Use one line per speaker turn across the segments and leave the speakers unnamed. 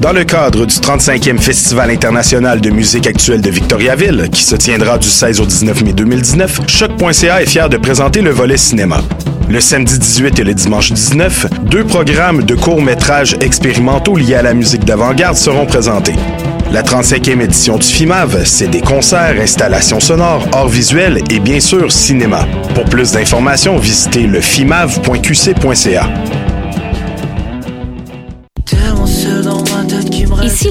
Dans le cadre du 35e Festival international de musique actuelle de Victoriaville, qui se tiendra du 16 au 19 mai 2019, Choc.ca est fier de présenter le volet cinéma. Le samedi 18 et le dimanche 19, deux programmes de courts-métrages expérimentaux liés à la musique d'avant-garde seront présentés. La 35e édition du FIMAV, c'est des concerts, installations sonores, arts visuels et bien sûr cinéma. Pour plus d'informations, visitez le fimav.qc.ca.
Et si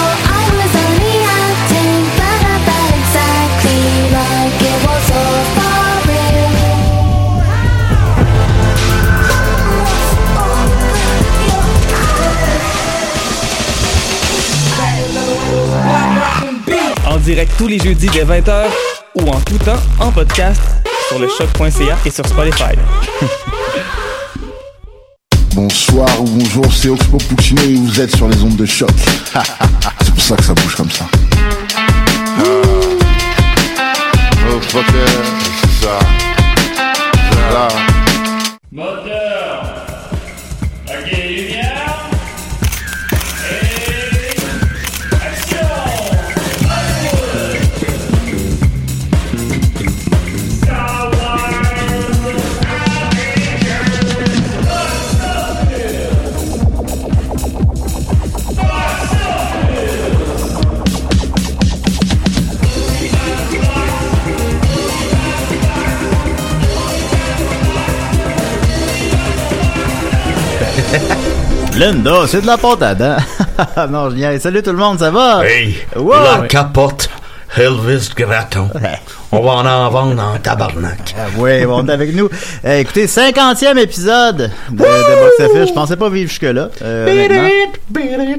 En direct tous les jeudis dès 20h ou en tout temps en podcast sur le choc.ca et sur Spotify.
Bonsoir ou bonjour, c'est Oxpo Puccino et vous êtes sur les ondes de choc. c'est pour ça que ça bouge comme ça.
Moteur Ok, lumière
Linda, c'est de la pâte à dents. non, je niaise. Salut tout le monde, ça va?
Hey,
Wow!
la capote Elvis Gratton. On va en en vendre en tabarnak.
Ah oui, bon, t'es avec nous. Euh, écoutez, 50e épisode de, de Box Office. Je pensais pas vivre jusque-là. euh, honnêtement.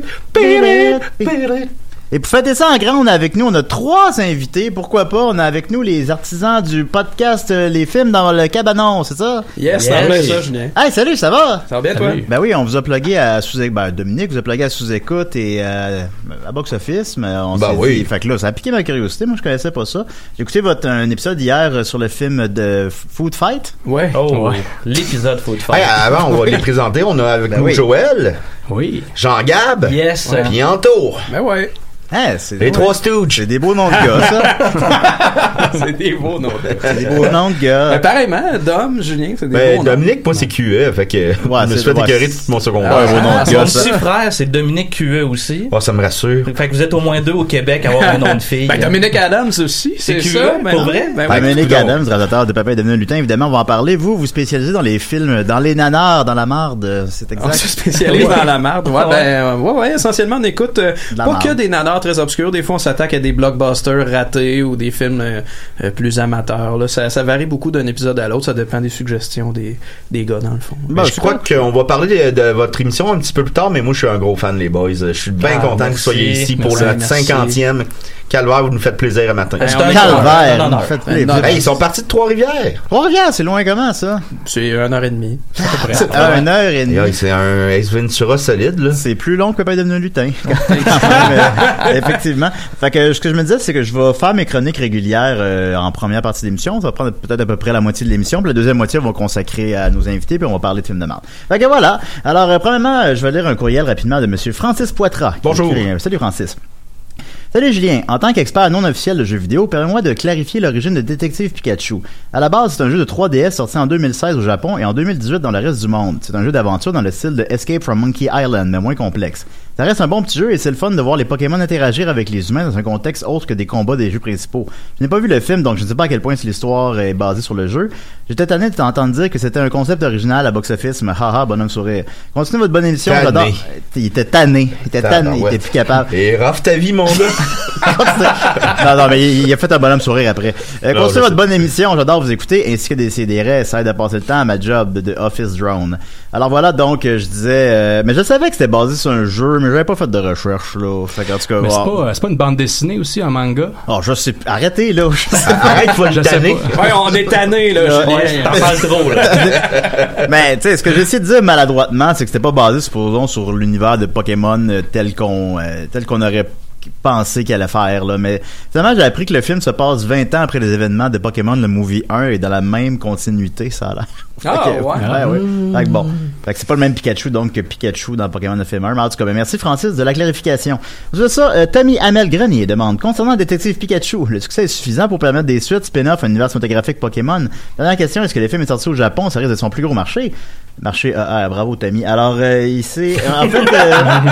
Et pour fêter ça en grand, on a avec nous, on a trois invités. Pourquoi pas? On a avec nous les artisans du podcast euh, Les Films dans le Cabanon, c'est ça?
Yes, ça va ça, Julien.
Hey, salut, ça va?
Ça va bien, toi?
Ben oui, on vous a plugué à sous ben, Dominique vous a plugué à sous-écoute et euh, à Box Office, mais on
Ben
s'est
oui.
dit- fait que là, ça a piqué ma curiosité, moi je connaissais pas ça. J'ai écouté votre un épisode hier euh, sur le film de F- Food Fight.
Ouais.
Oh,
Ouais.
l'épisode faut le faire.
Hey, avant, on va les présenter. On a avec
Ben
nous
oui.
Joël,
Oui.
Jean-Gab,
Yes.
puis Anto.
Ben ouais.
Hein, c'est
Les
ouais,
trois Stooges.
c'est des beaux noms de gars, ça.
c'est des beaux noms.
C'est des beaux noms de
Ben,
gars.
pareillement, Dom, Julien, c'est des
Ben,
beaux noms.
Dominique, moi, c'est QE. Fait que je me
c'est-
suis fait
ouais,
écœurer
c'est-
tout mon secondaire.
Ouais, beaux noms
Ah,
de
son
gars, ça.
petit frère, c'est Dominique QE aussi.
Oh, ça me rassure.
Fait que vous êtes au moins deux au Québec à avoir un nom de fille.
Ben, Dominique Adams aussi, c'est
C'est
ça?
curieux,
ben,
pour
oui.
vrai?
Ben, oui.
Dominique
coudonc.
Adams, réalisateur de Papa est devenu un lutin, évidemment, on va en parler. Vous, vous spécialisez dans les films, dans les nanars, dans la marde, c'est
Ah,
On se
exact.
spécialise dans la marde. Ouais,
Ah Ouais.
ben, ouais, ouais, essentiellement, on écoute euh,
De la
pas
marde.
que des nanars très obscurs. Des fois, on s'attaque à des blockbusters ratés ou des films euh, euh, plus amateurs. Là. Ça, ça varie beaucoup d'un épisode à l'autre. Ça dépend des suggestions des, des gars, dans le fond.
Bon,
je
c'est
crois
cool.
qu'on va parler de, de votre émission un petit peu plus tard, mais moi je suis un gros fan les boys. Je suis bien
Ah,
content que vous
merci,
soyez ici pour
merci,
le
merci.
50e calvaire. Vous nous faites plaisir à matin.
Ben,
Ben,
c'est
on
un
est
honneur.
Calvaire,
Un
vous faites
Un
les
honneur.
Hey, ils sont partis de Trois-Rivières.
Oh, regarde, c'est loin comment, ça?
C'est une heure et demie.
À une heure et
Et, hey,
demie.
C'est un Ace Ventura solide là.
C'est plus long que Papa est devenu un lutin. Quand même, euh, Effectivement. Fait que euh, ce que je me disais, c'est que je vais faire mes chroniques régulières euh, en première partie de l'émission. Ça va prendre peut-être à peu près la moitié de l'émission. Puis la deuxième moitié, on va consacrer à nos invités, puis on va parler de films de merde. Fait que voilà. Alors, euh, premièrement, euh, je vais lire un courriel rapidement de Monsieur Francis Poitras. qui
Bonjour.
écrit, euh, Salut Francis. Salut Julien, en tant qu'expert non officiel de jeux vidéo, permets-moi de clarifier l'origine de Détective Pikachu. À la base, c'est un jeu de 3DS sorti en 2016 au Japon et en 2018 dans le reste du monde. C'est un jeu d'aventure dans le style de Escape from Monkey Island, mais moins complexe. Ça reste un bon petit jeu et c'est le fun de voir les Pokémon interagir avec les humains dans un contexte autre que des combats des jeux principaux. Je n'ai pas vu le film, donc je ne sais pas à quel point l'histoire est basée sur le jeu. J'étais tanné de t'entendre dire que c'était un concept original à box-office, mais haha, bonhomme sourire. Continuez votre bonne émission,
Tanné.
j'adore. Il était tanné. Il était tanné, il était plus capable.
Et raffe ta vie, mon
gars. non, non, mais il, il a fait un bonhomme sourire après. Euh,
Non, je
continuez
sais.
votre bonne émission, j'adore vous écouter, ainsi que des CDR, ça aide à passer le temps à ma job de Office Drone. Alors voilà, donc, euh, je disais, euh, mais je savais que c'était basé sur un jeu, mais j'avais pas fait de recherche, là. Fait qu'en tout cas,
Mais c'est
voir.
pas, euh, c'est pas une bande dessinée aussi, un manga?
Oh, je sais. Arrêtez, là. Arrête, faut le
Je sais
tanner.
pas.
Ouais, on est tanné, là.
Là,
Julien.
ouais.
T'en parles trop, là.
Mais tu sais, ce que j'essaie de dire maladroitement, c'est que c'était pas basé, supposons, sur l'univers de Pokémon euh, tel qu'on euh, tel qu'on aurait pensé qu'il allait faire là. Mais finalement, j'ai appris que le film se passe 20 ans après les événements de Pokémon le movie 1 et dans la même continuité, ça a l'air.
Ah,
Fait que-
ouais.
ouais. Fait que bon, fait que c'est pas le même Pikachu donc que Pikachu dans Pokémon le film 1. Mais en tout cas, ben, merci Francis de la clarification. Ensuite de ça, euh, Tammy Hamel Grenier demande concernant Détective Pikachu, le succès est suffisant pour permettre des suites spin-off à l'univers cinématographique Pokémon. Dernière question, est-ce que le film est sorti au Japon Ça risque d'être son plus gros marché. Marché AA, bravo Tammy. Alors euh, ici, en fait, euh,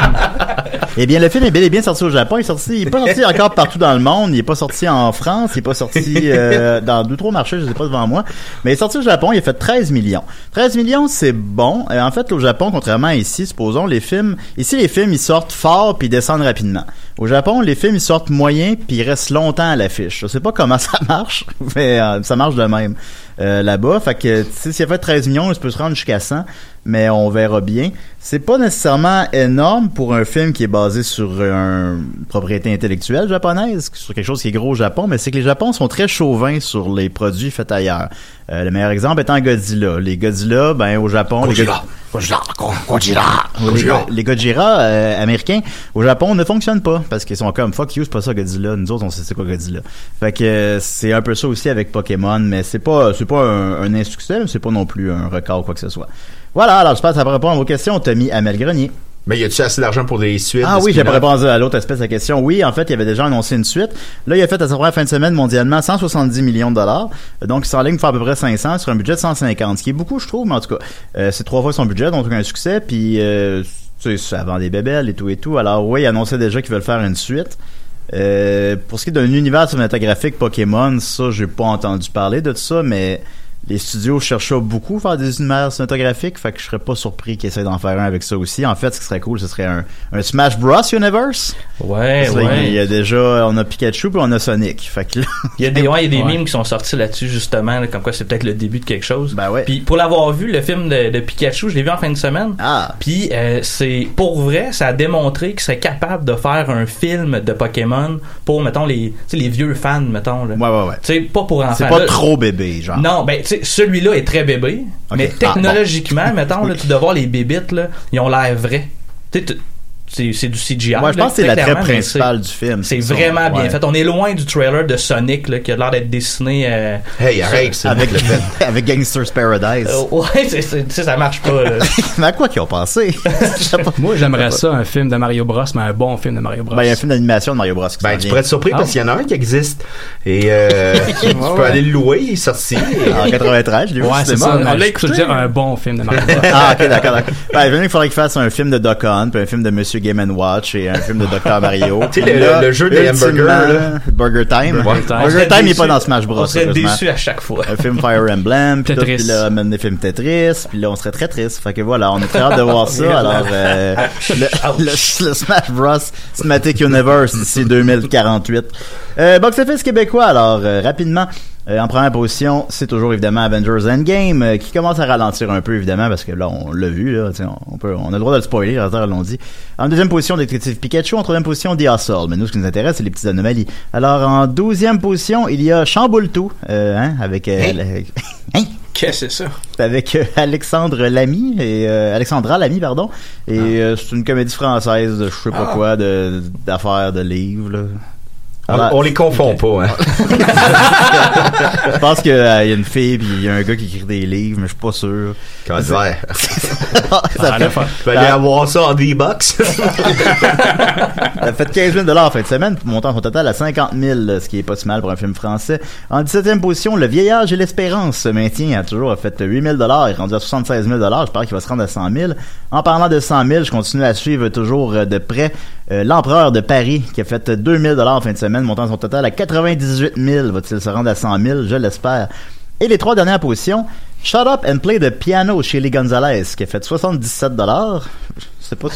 eh bien le film est bel et bien sorti au Japon. Il est sorti, il est pas sorti encore partout dans le monde. Il est pas sorti en France. Il est pas sorti euh, dans deux trois marchés. Je sais pas devant moi. Mais il est sorti au Japon. Il a fait 13 millions. 13 millions, c'est bon. Euh, en fait, au Japon, contrairement à ici, supposons les films. Ici, les films ils sortent fort puis ils descendent rapidement. Au Japon, les films ils sortent moyen puis ils restent longtemps à l'affiche. Je sais pas comment ça marche, mais euh, ça marche de même euh, là-bas. Fait que, tu sais, s'il a fait 13 millions, il peut se rendre jusqu'à 100, mais on verra bien. C'est pas nécessairement énorme pour un film qui est basé sur euh, un- une propriété intellectuelle japonaise, sur quelque chose qui est gros au Japon, mais c'est que les Japons sont très chauvins sur les produits faits ailleurs. Euh, le meilleur exemple étant Godzilla. Les Godzilla, ben, au Japon, les
Godzilla.
Go-
Godzilla, Go- Godzilla,
oui, les,
Godzilla.
Go- les Godzilla euh, américains au Japon ne fonctionnent pas parce qu'ils sont comme fuck you, c'est pas ça Godzilla. Nous autres, on sait c'est quoi Godzilla. Fait que euh, c'est un peu ça aussi avec Pokémon, mais c'est pas c'est pas un, un insuccès, mais c'est pas non plus un record ou quoi que ce soit. Voilà, alors je passe à répondre à vos questions, Tommy Amel Grenier.
Mais y a-tu assez d'argent pour des suites?
Ah
des
oui, j'ai pas
spin-offs?
répondu à l'autre aspect de la question. Oui, en fait, il avait déjà annoncé une suite. Là, il a fait à sa première fin de semaine mondialement 170 millions de dollars. Euh, Donc, il s'enligne pour faire à peu près 500 sur un budget de 150, ce qui est beaucoup, je trouve, mais en tout cas, euh, c'est trois fois son budget, donc un succès. Puis, euh, tu sais, ça vend des bébelles et tout et tout. Alors, oui, il annonçait déjà qu'ils veulent faire une suite. Euh, pour ce qui est d'un univers cinématographique Pokémon, ça, j'ai pas entendu parler de ça, mais les studios cherchent à beaucoup faire des univers cinématographiques, fait que je serais pas surpris qu'ils essayent d'en faire un avec ça aussi. En fait, ce qui serait cool, ce serait un, un Smash Bros Universe.
Ouais,
Ça,
Eh ouais.
Il y a déjà, on a Pikachu puis on a Sonic. Fait que là-
Il y a des, ouais, il y a des
Ouais.
mimes qui sont sortis là-dessus, justement, là, comme quoi c'est peut-être le début de quelque chose.
Ben ouais.
Puis pour l'avoir vu, le film de, de Pikachu, je l'ai vu en fin de semaine.
Ah.
Puis euh, c'est pour vrai, ça a démontré qu'il serait capable de faire un film de Pokémon pour, mettons, les, tu sais, les vieux fans, mettons. Là.
Ouais, ouais, ouais.
Tu sais, pas pour enfants.
C'est pas
là.
trop bébé, genre.
Non, ben, tu sais, celui-là est très bébé,
Ok.
mais
Ah,
technologiquement, mettons, là, tu dois voir les bébites, là, ils ont l'air vrais. Tu sais, tu- c'est c'est du CGI.
Moi, je
là,
pense que c'est la
très
traite
clairement, mais
principale du film.
C'est
ça.
vraiment bien
Ouais.
fait. On est loin du trailer de Sonic là, qui a l'air d'être dessiné. euh,
Hey,
sur-
arrête, c'est
Avec,
le fait.
avec Gangster's Paradise.
Euh, ouais, c'est- c'est- tu sais, ça marche pas. là.
mais à quoi qu'ils ont pensé?
Moi, j'aimerais ça, un film de Mario Bros, mais un bon film de Mario Bros.
Ben, il y a un film d'animation de Mario Bros. qui s'en
Ben, tu
vient.
pourrais être surpris parce qu'il y en a un qui existe. Et euh, tu
Ouais,
peux
ouais.
aller le louer, il est sorti.
En 93, je l'ai vu au
Ouais, c'est
cinéma.
ça.
On l'a
Je
écouté.
peux dire un bon film de Mario Bros.
Ah, ok, d'accord, d'accord. Ben, je veux dire qu'il faudrait qu'il fasse un film de Doc Hunt, puis un film de Monsieur Game and Watch, et un film de Dr. Mario.
Tu sais,
Puis
le-
là,
le jeu des
ultimement,
hamburgers, là.
Burger
Burger
Time. Burger
Time.
Time,
On serait
il est
déçus.
pas dans Smash Bros.
On serait
heureusement.
déçus à chaque fois.
Un film Fire Emblem, puis là,
Tetris.
puis là, même des films Tetris, puis là, on serait très triste. Fait que voilà, on est très hâte de voir ça.
Vraiment.
Alors, euh, le, le- le Smash Bros. Cinematic Universe d'ici 2048. Euh, Box Office québécois, alors, euh, rapidement. euh, en première position, c'est toujours évidemment Avengers Endgame, euh, qui commence à ralentir un peu, évidemment, parce que là, on l'a vu, là, tu sais, on, on peut, on a le droit de le spoiler, les auteurs l'ont dit. En deuxième position, Détective Pikachu. En troisième position, The Hustle. Mais nous, ce qui nous intéresse, c'est les petites anomalies. Alors, en douzième position, il y a Chamboultou, euh, hein, avec... euh, le-
Qu'est-ce que c'est ça?
avec euh, Alexandre Lamy et euh, Alexandra Lamy pardon et
Ah.
euh, c'est une comédie française de je sais pas
Ah.
quoi de d'affaires de livres là. Alors-
Ah, on, on les confond pas. Hein.
Je pense qu'il y a une fille puis il y a un gars qui écrit des livres, mais je suis pas sûr.
Quand
C'est-
ouais.
ça fait-
Fallait
ça-
avoir ça en D-Box.
Elle a fait 15 000 en fin de semaine, montant son total à 50 000, ce qui est pas si mal pour un film français. En 17e position, Le Vieillage et l'Espérance se maintient à toujours, a fait 8 000 est rendu à 76 000 j'espère qu'il va se rendre à 100 000. En parlant de 100 000, je continue à suivre toujours euh, de près euh, L'Empereur de Paris, qui a fait 2 000 en fin de semaine, montant son total à 98 000. Va-t-il se rendre à 100 000? Je l'espère. Et les trois dernières positions, Shut Up and Play the Piano chez les Gonzalez, qui a fait 77 C'est pas...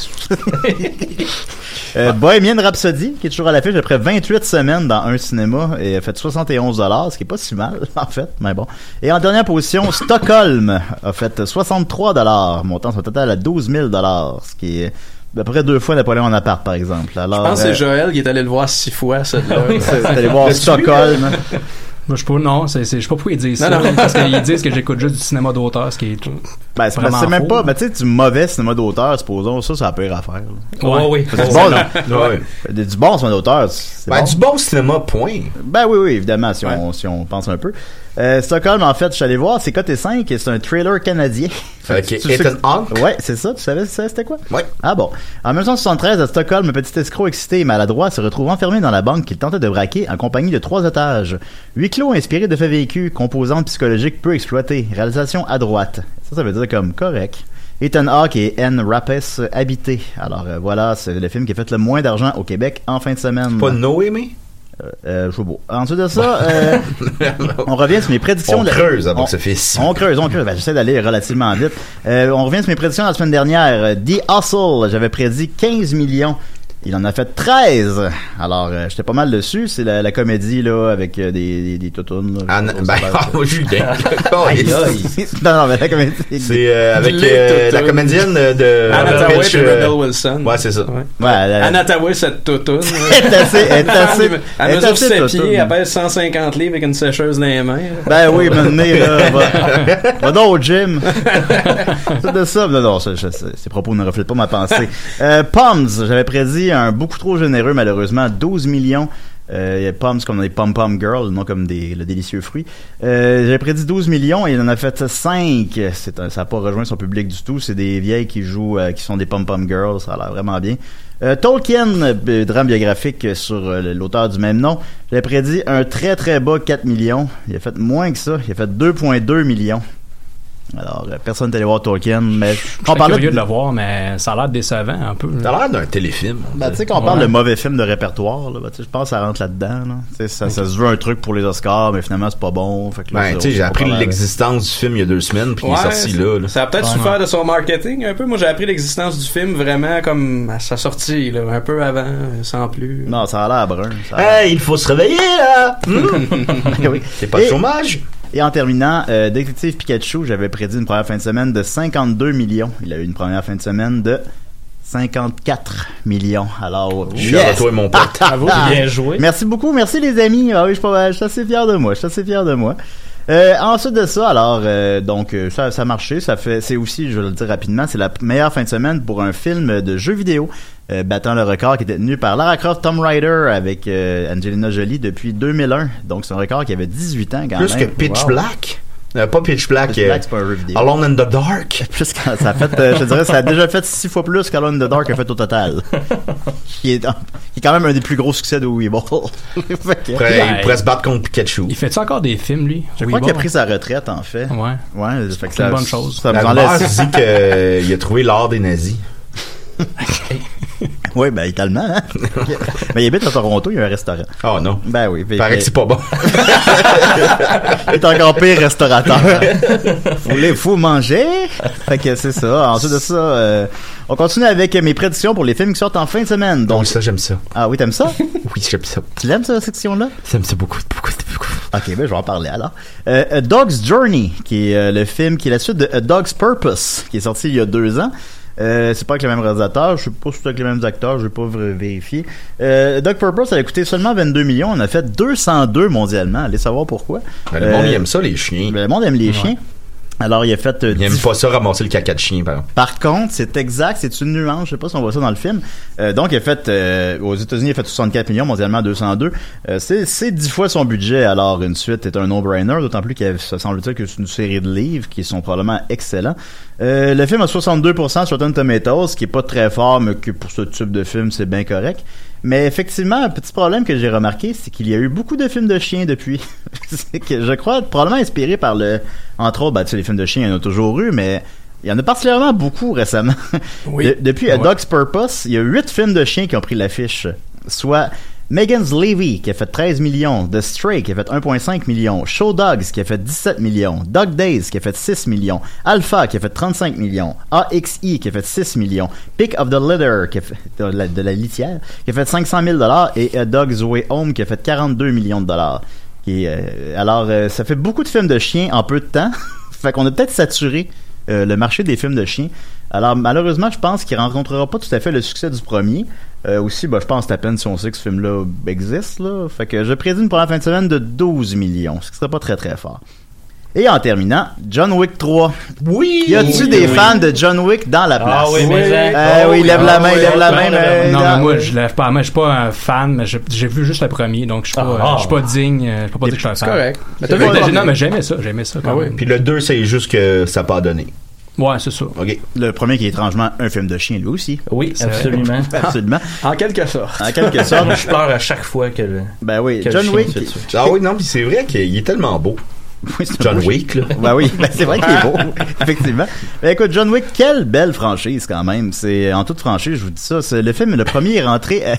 Euh, Bohemian Rhapsody, qui est toujours à l'affiche après 28 semaines dans un cinéma et a fait 71 ce qui est pas si mal, en fait, mais bon. Et en dernière position, Stockholm a fait 63 montant son total à 12 000 ce qui est à peu près deux fois Napoléon en appart, par exemple. Alors,
Je pense que
euh,
c'est Joël qui est allé le voir six fois, cette là
c'est allé voir Stockholm.
Moi, je sais pas, non, c'est, c'est- je sais pas pourquoi ils disent
Non,
ça.
non.
Parce qu'ils disent que j'écoute juste du cinéma d'auteur, ce qui est.
Ben, c'est,
vraiment
c'est même
faux.
pas, mais tu sais, du mauvais cinéma d'auteur, supposons, ça, c'est la pire affaire. là.
Ouais, oui.
Oh,
Parce que Du
Ouais,
bon,
non.
Ouais. Du- du bon cinéma d'auteur, c'est
Ben,
bon.
du bon cinéma, point.
Ben oui, oui, évidemment, si, on, si on pense un peu. Euh, Stockholm, en fait, je suis allé voir, c'est côté 5 et c'est un trailer canadien. Fait que
Ok,
tu sais-
Ethan Hawke?
Ouais, c'est ça, tu savais, tu savais c'était quoi?
Ouais.
Ah bon. En 1973, à Stockholm, un petit escroc excité et maladroit se retrouve enfermé dans la banque qu'il tentait de braquer en compagnie de trois otages. Huis clos inspiré de faits vécus, composante psychologique peu exploitée, réalisation à droite. Ça, ça veut dire comme correct. Ethan Hawke et Anne Rapes euh, habités. Alors euh, voilà, c'est le film qui a fait le moins d'argent au Québec en fin de semaine.
Pas Noémie?
Euh, euh, je sais pas. Ensuite de ça, euh, on revient sur mes prédictions.
On
de-
creuse à
on,
box-office.
on creuse, on creuse. Ben, J'essaie d'aller relativement vite. Euh, on revient sur mes prédictions de la semaine dernière. Euh, The Hustle, j'avais prédit 15 millions. Il en a fait 13. Alors, euh, j'étais pas mal dessus. C'est la, la comédie, là, avec euh, des, des, des toutounes, là. Je sais pas
ben,
comment ça
oh, Julien.
s'appelle. non, non, mais la comédie.
C'est euh, avec
Les
euh, la
toutounes.
comédienne euh, de
Anataway
Rebel Witch,
et
euh,
Rebel Wilson.
Ouais, c'est ça.
Ouais, la-
Anataway, cette toutoune.
Elle est assez- elle est assez- elle
Elle
est
mesure
assez
ses
toutoune.
pieds, elle pèse 150 livres avec une sécheuse dans les mains.
Ben oui, maintenant, là, va, va donc au gym. C'est de ça. Non, non, ça, ça, ça, ces propos ne reflètent pas ma pensée. Euh, Poms, j'avais prédit un beaucoup trop généreux, malheureusement, 12 millions. Euh, il y a Poms comme des Pom Pom Girls, non comme des le délicieux fruit. Euh, j'avais prédit 12 millions et il en a fait 5. C'est un- ça n'a pas rejoint son public du tout. C'est des vieilles qui jouent, euh, qui sont des Pom Pom Girls. Ça a l'air vraiment bien. Euh, Tolkien, euh, b- drame biographique sur euh, l'auteur du même nom, j'avais prédit un très très bas 4 millions. Il a fait moins que ça. Il a fait 2,2 millions. Alors, euh, personne n'est allé voir Tolkien, mais
On parlait de...
de-
le voir, mais ça a l'air décevant un peu.
Ça a l'air d'un téléfilm.
Ben, tu sais, quand on parle de mauvais film de répertoire, là, ben, tu sais, je pense que ça rentre là-dedans. là. Tu sais, Ça, ça se veut un truc pour les Oscars, mais finalement, c'est pas bon. Fait que là,
Ben,
c'est-
tu sais, j'ai
c'est
appris
pas mal.
l'existence du film il y a deux semaines, puis il est
Ouais,
sorti
c'est-
là. là.
Ça a peut-être
Ouais.
souffert de son marketing un peu. Moi, j'ai appris l'existence du film vraiment comme à sa sortie, là, un peu avant, sans plus.
Non, ça a l'air brun. ça a l'air-
Hey, il faut se réveiller, là! Hmm?
Eh oui.
C'est pas de
Et-
chômage?
Et en terminant, euh, Détective Pikachu, j'avais prédit une première fin de semaine de 52 millions. Il a eu une première fin de semaine de 54 millions. Alors,
Oh,
Ah,
Je suis à toi, mon pote.
Bravo,
bien joué.
Merci beaucoup, merci les amis. Ah oui, je suis, pas- je suis assez fier de moi, je suis assez fier de moi. Euh, ensuite de ça, alors euh, donc euh, ça, ça a marché, ça fait, c'est aussi, je vais le dire rapidement, c'est la p- meilleure fin de semaine pour un film de jeu vidéo euh, battant le record qui était tenu par Lara Croft, Tom Rider avec euh, Angelina Jolie depuis 2001. Donc c'est un record qui avait 18 ans quand
Plus que
même.
Pitch
Wow.
Black? Euh, pas Pitch Black.
Pitch Black,
euh,
c'est pas un jeu vidéo.
Alone in the Dark.
Plus que ça a fait, euh, je te dirais, ça a déjà fait six fois plus qu'Alone de Dark a fait au total. qui, est, qui est quand même un des plus gros succès de Weeble.
Après, Ben, il pourrait se battre contre Pikachu.
Il fait-tu encore des films, lui
Je crois qu'il a pris sa retraite, en fait.
Ouais.
Ouais, fait que
C'est une
ça-
bonne chose.
Ça
La
nous en
rumeur
laisse.
dit qu'il a trouvé l'art des nazis.
Oui, ben, il est allemand, hein? Mais il habite à Toronto, il y a un restaurant.
Oh non.
Ben oui. fait-
Paraît que
fait-
c'est pas bon.
Il est encore pire restaurateur. Voulez-vous manger? Fait que c'est ça. Ensuite de ça, euh, on continue avec mes prédictions pour les films qui sortent en fin de semaine. Donc,
ça, j'aime ça.
Ah oui, t'aimes ça?
Oui, j'aime ça.
Tu l'aimes, cette section-là?
J'aime ça beaucoup, beaucoup, beaucoup.
Ok, ben je vais en parler alors. Euh, A Dog's Journey, qui est euh, le film qui est la suite de A Dog's Purpose, qui est sorti il y a deux ans. Euh, c'est pas avec le même réalisateur, je sais pas si c'est avec les mêmes acteurs, je vais pas v- vérifier. Euh, A Dog's Purpose, elle a coûté seulement 22 millions, on a fait 202 mondialement, allez savoir pourquoi.
Ben, le monde,
Euh,
il aime ça, les chiens.
ben, le monde aime les chiens. Alors, il a fait.
il aime pas ça ramasser le caca de chien, par exemple.
Par contre, c'est exact, c'est une nuance. Je sais pas si on voit ça dans le film. Euh, donc, il a fait euh, aux États-Unis, il a fait 64 millions, mondialement 202. Euh, c'est c'est 10 fois son budget. Alors, une suite est un no-brainer, d'autant plus qu'il y a- ça semble-t-il que c'est une série de livres qui sont probablement excellents. Euh, le film a 62% sur Rotten Tomatoes, ce qui est pas très fort, mais que pour ce type de film, c'est bien correct. Mais effectivement, un petit problème que j'ai remarqué, c'est qu'il y a eu beaucoup de films de chiens depuis. c'est que je crois probablement inspiré par le, entre autres, ben, tu sais, les films de chiens, il y en a toujours eu, mais il y en a particulièrement beaucoup récemment. De- depuis A Dog's Purpose, il y a huit films de chiens qui ont pris l'affiche. Soit Megan's Levy, qui a fait 13 millions, The Stray, qui a fait 1,5 million, Show Dogs, qui a fait 17 millions, Dog Days, qui a fait 6 millions, Alpha, qui a fait 35 millions, AXI, qui a fait 6 millions, Pick of the Litter, qui a fait de la, de la litière, qui a fait 500 000 et A Dog's Way Home, qui a fait 42 millions de dollars. Et, euh, alors, euh, ça fait beaucoup de films de chiens en peu de temps. fait qu'on a peut-être saturé euh, le marché des films de chiens. Alors, malheureusement, je pense qu'il rencontrera pas tout à fait le succès du premier. Euh, aussi, bah, je pense à peine si on sait que ce film-là existe. Là. Fait que je prédis une première fin de semaine de 12 millions, ce qui serait pas très très fort. Et en terminant, John Wick 3. Oui! Y a-tu
Oui,
des
oui.
fans de John Wick dans la place?
Ah oui, mais
hein.
Eh oui, lève
Ah
la main, lève la main, mais-
Non,
dans-
mais moi, je lève pas la main. Je suis pas un fan, mais je- j'ai vu juste le premier, donc je suis pas,
Ah.
je suis pas digne. euh, Je peux pas dire que je suis un fan.
Mais
Mais j'ai- Non, mais j'aimais ça, j'aimais ça quand même.
Puis le 2, c'est juste que ça n'a pas donné.
Ouais, c'est ça.
Le premier qui est étrangement un film de chien, lui aussi.
Oui,
C'est vrai.
absolument.
absolument.
En quelque sorte.
En quelque sorte.
je pleure à chaque fois que le.
Ben oui,
que le
John
chien
Wick.
se tue.
Ah oui, non, puis c'est vrai qu'il est tellement beau. John Wick, là.
Ben oui, ben c'est vrai qu'il est beau, effectivement. Ben écoute, John Wick, quelle belle franchise quand même. C'est en toute franchise, je vous dis ça. c'est- le film, le premier est rentré. à-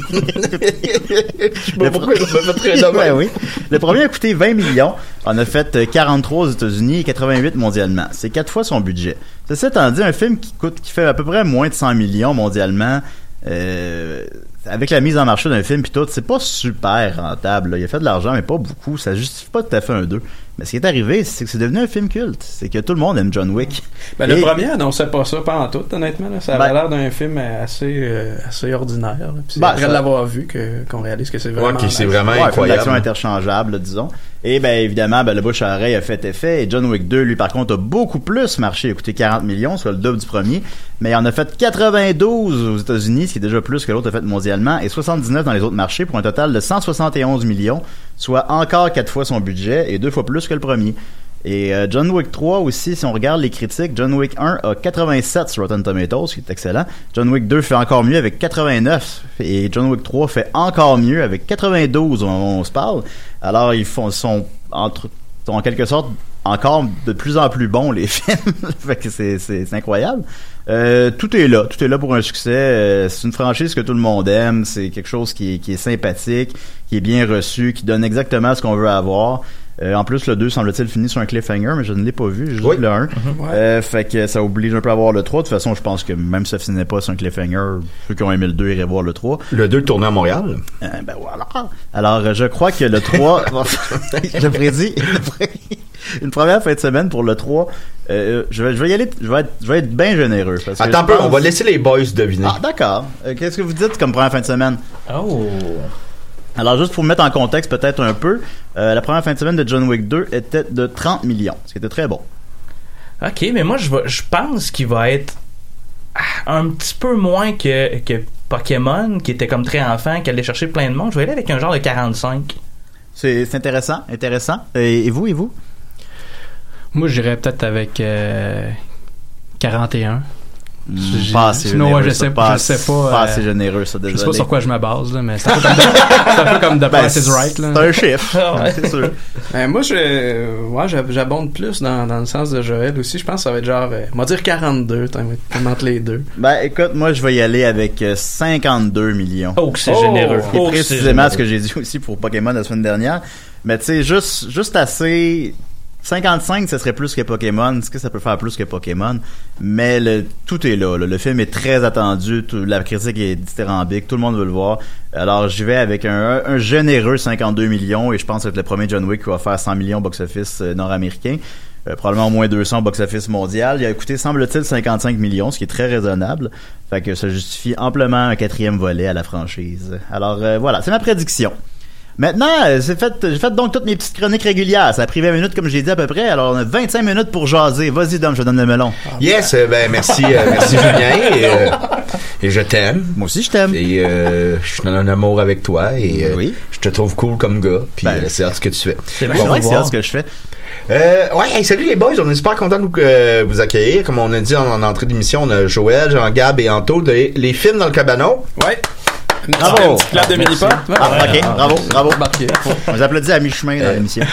le,
pourquoi je me fais très
Ouais,
dommage.
oui. Le premier a coûté 20 millions. On a fait euh, 43 aux États-Unis et 88 mondialement. C'est quatre fois son budget. Ceci étant dit, un film qui coûte, qui fait à peu près moins de 100 millions mondialement, euh, avec la mise en marché d'un film puis tout, c'est pas super rentable. là. Il a fait de l'argent, mais pas beaucoup. Ça justifie pas tout à fait un 2. Mais ce qui est arrivé, c'est que c'est devenu un film culte. C'est que tout le monde aime John Wick.
Ben, le
Et-
premier annonçait pas ça pendant tout, honnêtement. là. Ça avait l'air d'un film euh, assez, euh, assez ordinaire. là. Puis c'est
Ben,
après
ça-
l'avoir vu que- qu'on réalise que c'est vraiment. nice.
Ouais, un film d'action interchangeable, là, disons. Et bien évidemment, ben, le bouche à oreille a fait effet. Et John Wick 2, lui, par contre, a beaucoup plus marché. Il a coûté 40 millions, soit le double du premier. Mais il en a fait 92 aux États-Unis, ce qui est déjà plus que l'autre a fait mondialement, et 79 dans les autres marchés pour un total de 171 millions, soit encore quatre fois son budget et deux fois plus que le premier. Et euh, John Wick 3 aussi, si on regarde les critiques, John Wick 1 a 87 sur Rotten Tomatoes, ce qui est excellent. John Wick 2 fait encore mieux avec 89. Et John Wick 3 fait encore mieux avec 92 au moment où on se parle. Alors, ils font, sont, entre, sont en quelque sorte encore de plus en plus bons, les films. Fait que c'est- c'est c'est incroyable. Euh, tout est là. Tout est là pour un succès. Euh, c'est une franchise que tout le monde aime. C'est quelque chose qui est, qui est sympathique, qui est bien reçu, qui donne exactement ce qu'on veut avoir. Euh, en plus, le 2 semble-t-il fini sur un cliffhanger, mais je ne l'ai pas vu, j'ai juste vu le 1. Euh, fait que ça oblige un peu à voir le 3. De toute façon, je pense que même si ça finissait pas sur un cliffhanger, ceux qui ont aimé le 2 iraient voir le 3.
Le 2 tournait à Montréal.
ben voilà. Alors, euh, je crois que le 3, je prédis une pré- une première fin de semaine pour le 3. Euh, je, vais, je vais y aller, je vais être, je vais être bien généreux. parce que
Attends un
je
peu,
pense-
on va laisser les boys deviner.
Ah, d'accord. Euh, Qu'est-ce que vous dites comme première fin de semaine?
Oh.
Alors, juste pour mettre en contexte peut-être un peu, euh, la première fin de semaine de John Wick 2 était de 30 millions, ce qui était très bon.
Ok, mais moi, je, vais- je pense qu'il va être ah, un petit peu moins que, que Pokémon, qui était comme très enfant, qui allait chercher plein de monde. Je vais aller avec un genre de 45.
C'est c'est intéressant, intéressant. Et, et vous, et vous?
Moi, j'irais peut-être avec euh, 41. J'ai-
Hmm, Pas assez
Sinon, ouais,
généreux,
je
ça,
sais
pas
je sais
assez-
pas.
pas
euh,
assez généreux, ça,
Je sais
désolé.
pas sur quoi je me base, là, mais c'est un peu comme de, c'est un peu comme de
Ben,
Price is Right. là. Ah
c'est un chiffre, c'est sûr.
Ben, moi, je, euh, ouais, j'ab- j'abonde plus dans, dans le sens de Joël aussi. Je pense que ça va être genre, euh, on va dire 42, tant- tant entre les deux.
Ben, écoute, moi, je vais y aller avec euh, 52 millions.
Oh, que c'est Oh! généreux.
C'est
Oh, que c'est
précisément
généreux.
ce que j'ai dit aussi pour Pokémon la semaine dernière. Mais tu sais, juste, juste assez... 55, ce serait plus que Pokémon. Est-ce que ça peut faire plus que Pokémon? Mais le, tout est là, là. Le film est très attendu. tout- la critique est dithyrambique. Tout le monde veut le voir. Alors, j'y vais avec un, un généreux 52 millions. Et je pense que c'est le premier John Wick qui va faire 100 millions box-office euh, nord-américain. Euh, probablement au moins 200 au box-office mondial. Il a coûté, semble-t-il, 55 millions, ce qui est très raisonnable. Fait que ça justifie amplement un quatrième volet à la franchise. Alors euh, voilà, c'est ma prédiction. Maintenant, euh, c'est fait, j'ai fait donc toutes mes petites chroniques régulières. Ça a pris 20 minutes, comme j'ai dit à peu près. Alors, on a 25 minutes pour jaser. Vas-y, Dom, je te donne le melon.
Yes, euh, ben merci, euh, merci Julien. Et, euh, et je t'aime.
Moi aussi, je t'aime.
Et euh, je suis dans un amour avec toi. Et euh, je te trouve cool comme gars. Puis euh, c'est hâte ce que tu fais.
C'est bien, c'est vrai que c'est hâte ce que je fais.
Euh, ouais, hey, salut les boys, on est super contents de vous, euh, vous accueillir. Comme on a dit en, en entrée d'émission, on a Joël, Jean-Gab et Anto, de, les films dans le cabanon.
Ouais.
Bravo.
Ah
Un petit clap de
Merci.
mini-pot. Ouais.
Ah, ok,
Ouais.
bravo, bravo. On vous applaudit à mi-chemin
Euh,
euh, dans l'émission.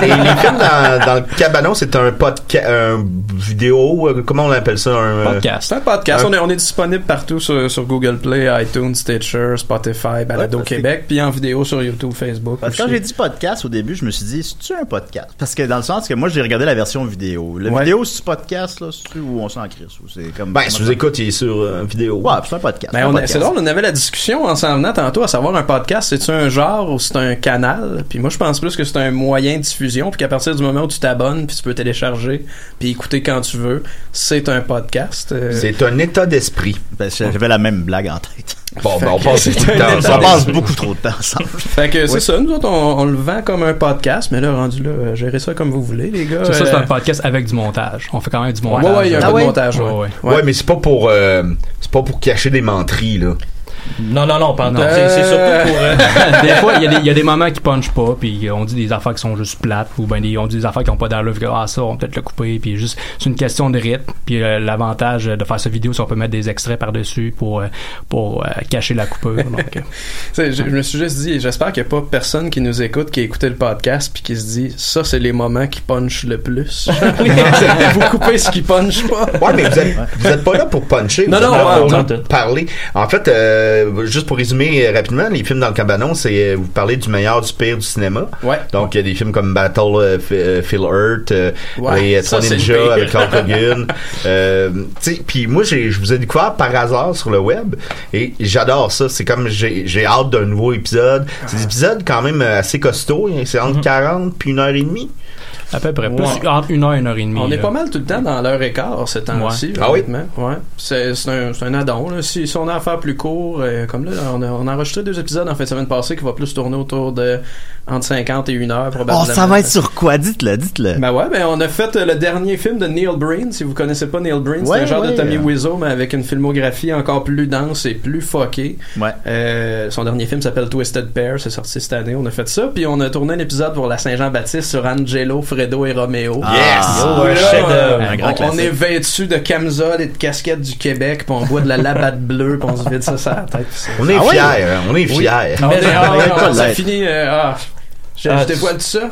les, les films dans, dans le cabanon, c'est un podcast, un vidéo, euh, comment on appelle ça, un euh,
C'est un podcast.
Un-
On est, on est disponible partout sur, sur Google Play, iTunes, Stitcher, Spotify, Balado Québec, puis en vidéo sur YouTube, Facebook.
Parce que quand
aussi.
j'ai dit podcast au début, je me suis dit, c'est-tu un podcast? Parce que dans le sens que moi, j'ai regardé la version vidéo. La vidéo, c'est podcast, là, c'est où on s'en crisse. ou C'est comme.
Ben, si vous écoutez, il est sur euh, vidéo.
Ouais, c'est un podcast.
Ben,
un
on a-
podcast.
c'est drôle, on avait la discussion en s'en venant tantôt à savoir un podcast, c'est-tu un genre ou c'est un canal? Puis moi, je pense plus que c'est un moyen de diffusion, puis qu'à partir du moment où tu t'abonnes, puis tu peux télécharger, puis écouter quand tu veux, c'est un podcast. euh.
C'est un état d'esprit.
Ben, J'avais la même blague en tête.
Bon, ben, on
Fait que
passe
c'est
beaucoup
un
de temps
état
Ça
ensemble.
passe beaucoup trop de temps ensemble.
Fait que c'est
Oui.
ça, nous autres, on, on le vend comme un podcast, mais là, rendu là, euh, gérez ça comme vous voulez, les gars.
C'est ça, c'est
Euh,
un podcast avec du montage. On fait quand même du
Ouais,
montage.
ouais, il y a un
Ah
peu
ouais?
de montage, ouais.
Ouais, ouais.
Ouais, mais c'est pas pour euh, c'est pas pour cacher des menteries là.
Non, non, non, pardon.
Non.
C'est c'est surtout pour. euh,
des fois, il y a des- il y, a des moments qui punchent pas, puis on dit des affaires qui sont juste plates, ou ben des- on dit des affaires qui ont pas d'allure, puis ah ça, on va peut-être le couper, puis juste, c'est une question de rythme, puis euh, l'avantage de faire cette vidéo, c'est qu'on peut mettre des extraits par-dessus pour, euh, pour euh, cacher la coupure. donc, euh.
Tu sais, je, je me suis juste dit, j'espère qu'il n'y a pas personne qui nous écoute, qui a écouté le podcast, puis qui se dit, ça, c'est les moments qui punchent le plus. vous coupez ce qui punch pas.
Ouais, mais vous êtes, vous êtes pas là pour puncher.
Non,
vous êtes
non,
là
ouais,
pour
non,
nous parler. En fait, euh, juste pour résumer euh, rapidement, les films dans le cabanon, c'est euh, vous parlez du meilleur, du pire du cinéma.
Ouais.
Donc il y a des films comme Battle euh, F- euh, Phil Hurt, euh,
Ouais,
les
ça,
Trois
c'est le
Ninjas
pire.
avec Hulk Hogan. euh, tu sais, puis moi j'ai, je vous ai découvert par hasard sur le web et j'adore ça. C'est comme j'ai, j'ai hâte d'un nouveau épisode. C'est des
Ah.
épisodes quand même euh, assez costauds. hein. C'est
Mm-hmm.
entre 40 puis une heure et demie.
À peu près. Plus
Ouais.
entre une heure et une heure et demie.
On est
là.
pas mal tout le temps dans l'heure et quart ces temps-ci,
Ouais. Ah oui?
honnêtement. Ouais. C'est c'est un, c'est un add-on. là. Si, si on a à faire plus court, euh, comme là, on a, on a enregistré deux épisodes en fin de semaine passée qui va plus tourner autour de entre 50 et 1 heure probablement.
Oh, ça va être sur quoi? Dites-le, dites-le.
Ben ouais, ben on a fait euh, le dernier film de Neil Breen. Si vous connaissez pas Neil Breen,
Ouais,
c'est un genre
ouais.
de Tommy Wiseau, mais avec une filmographie encore plus dense et plus fuckée. Euh, son dernier film s'appelle Twisted Pair, c'est sorti cette année. On a fait ça, puis on a tourné un épisode pour la Saint-Jean-Baptiste sur Angelo, Fredo et Romeo.
Ah, Yes!
Oh,
un
là,
chef-d'œuvre,
euh,
un grand
on, on
classique.
est vêtus de camisoles et de casquettes du Québec, puis on boit de la labatte bleue, puis on se vide ça sur la tête. puis c'est-
On est
Ah ouais?
fiers, hein, on est
Oui.
fiers.
Mais ah, ouais,
On
ça
l'être.
finit. euh, ah, je
Ah,
je dévoile
tu-
tout ça.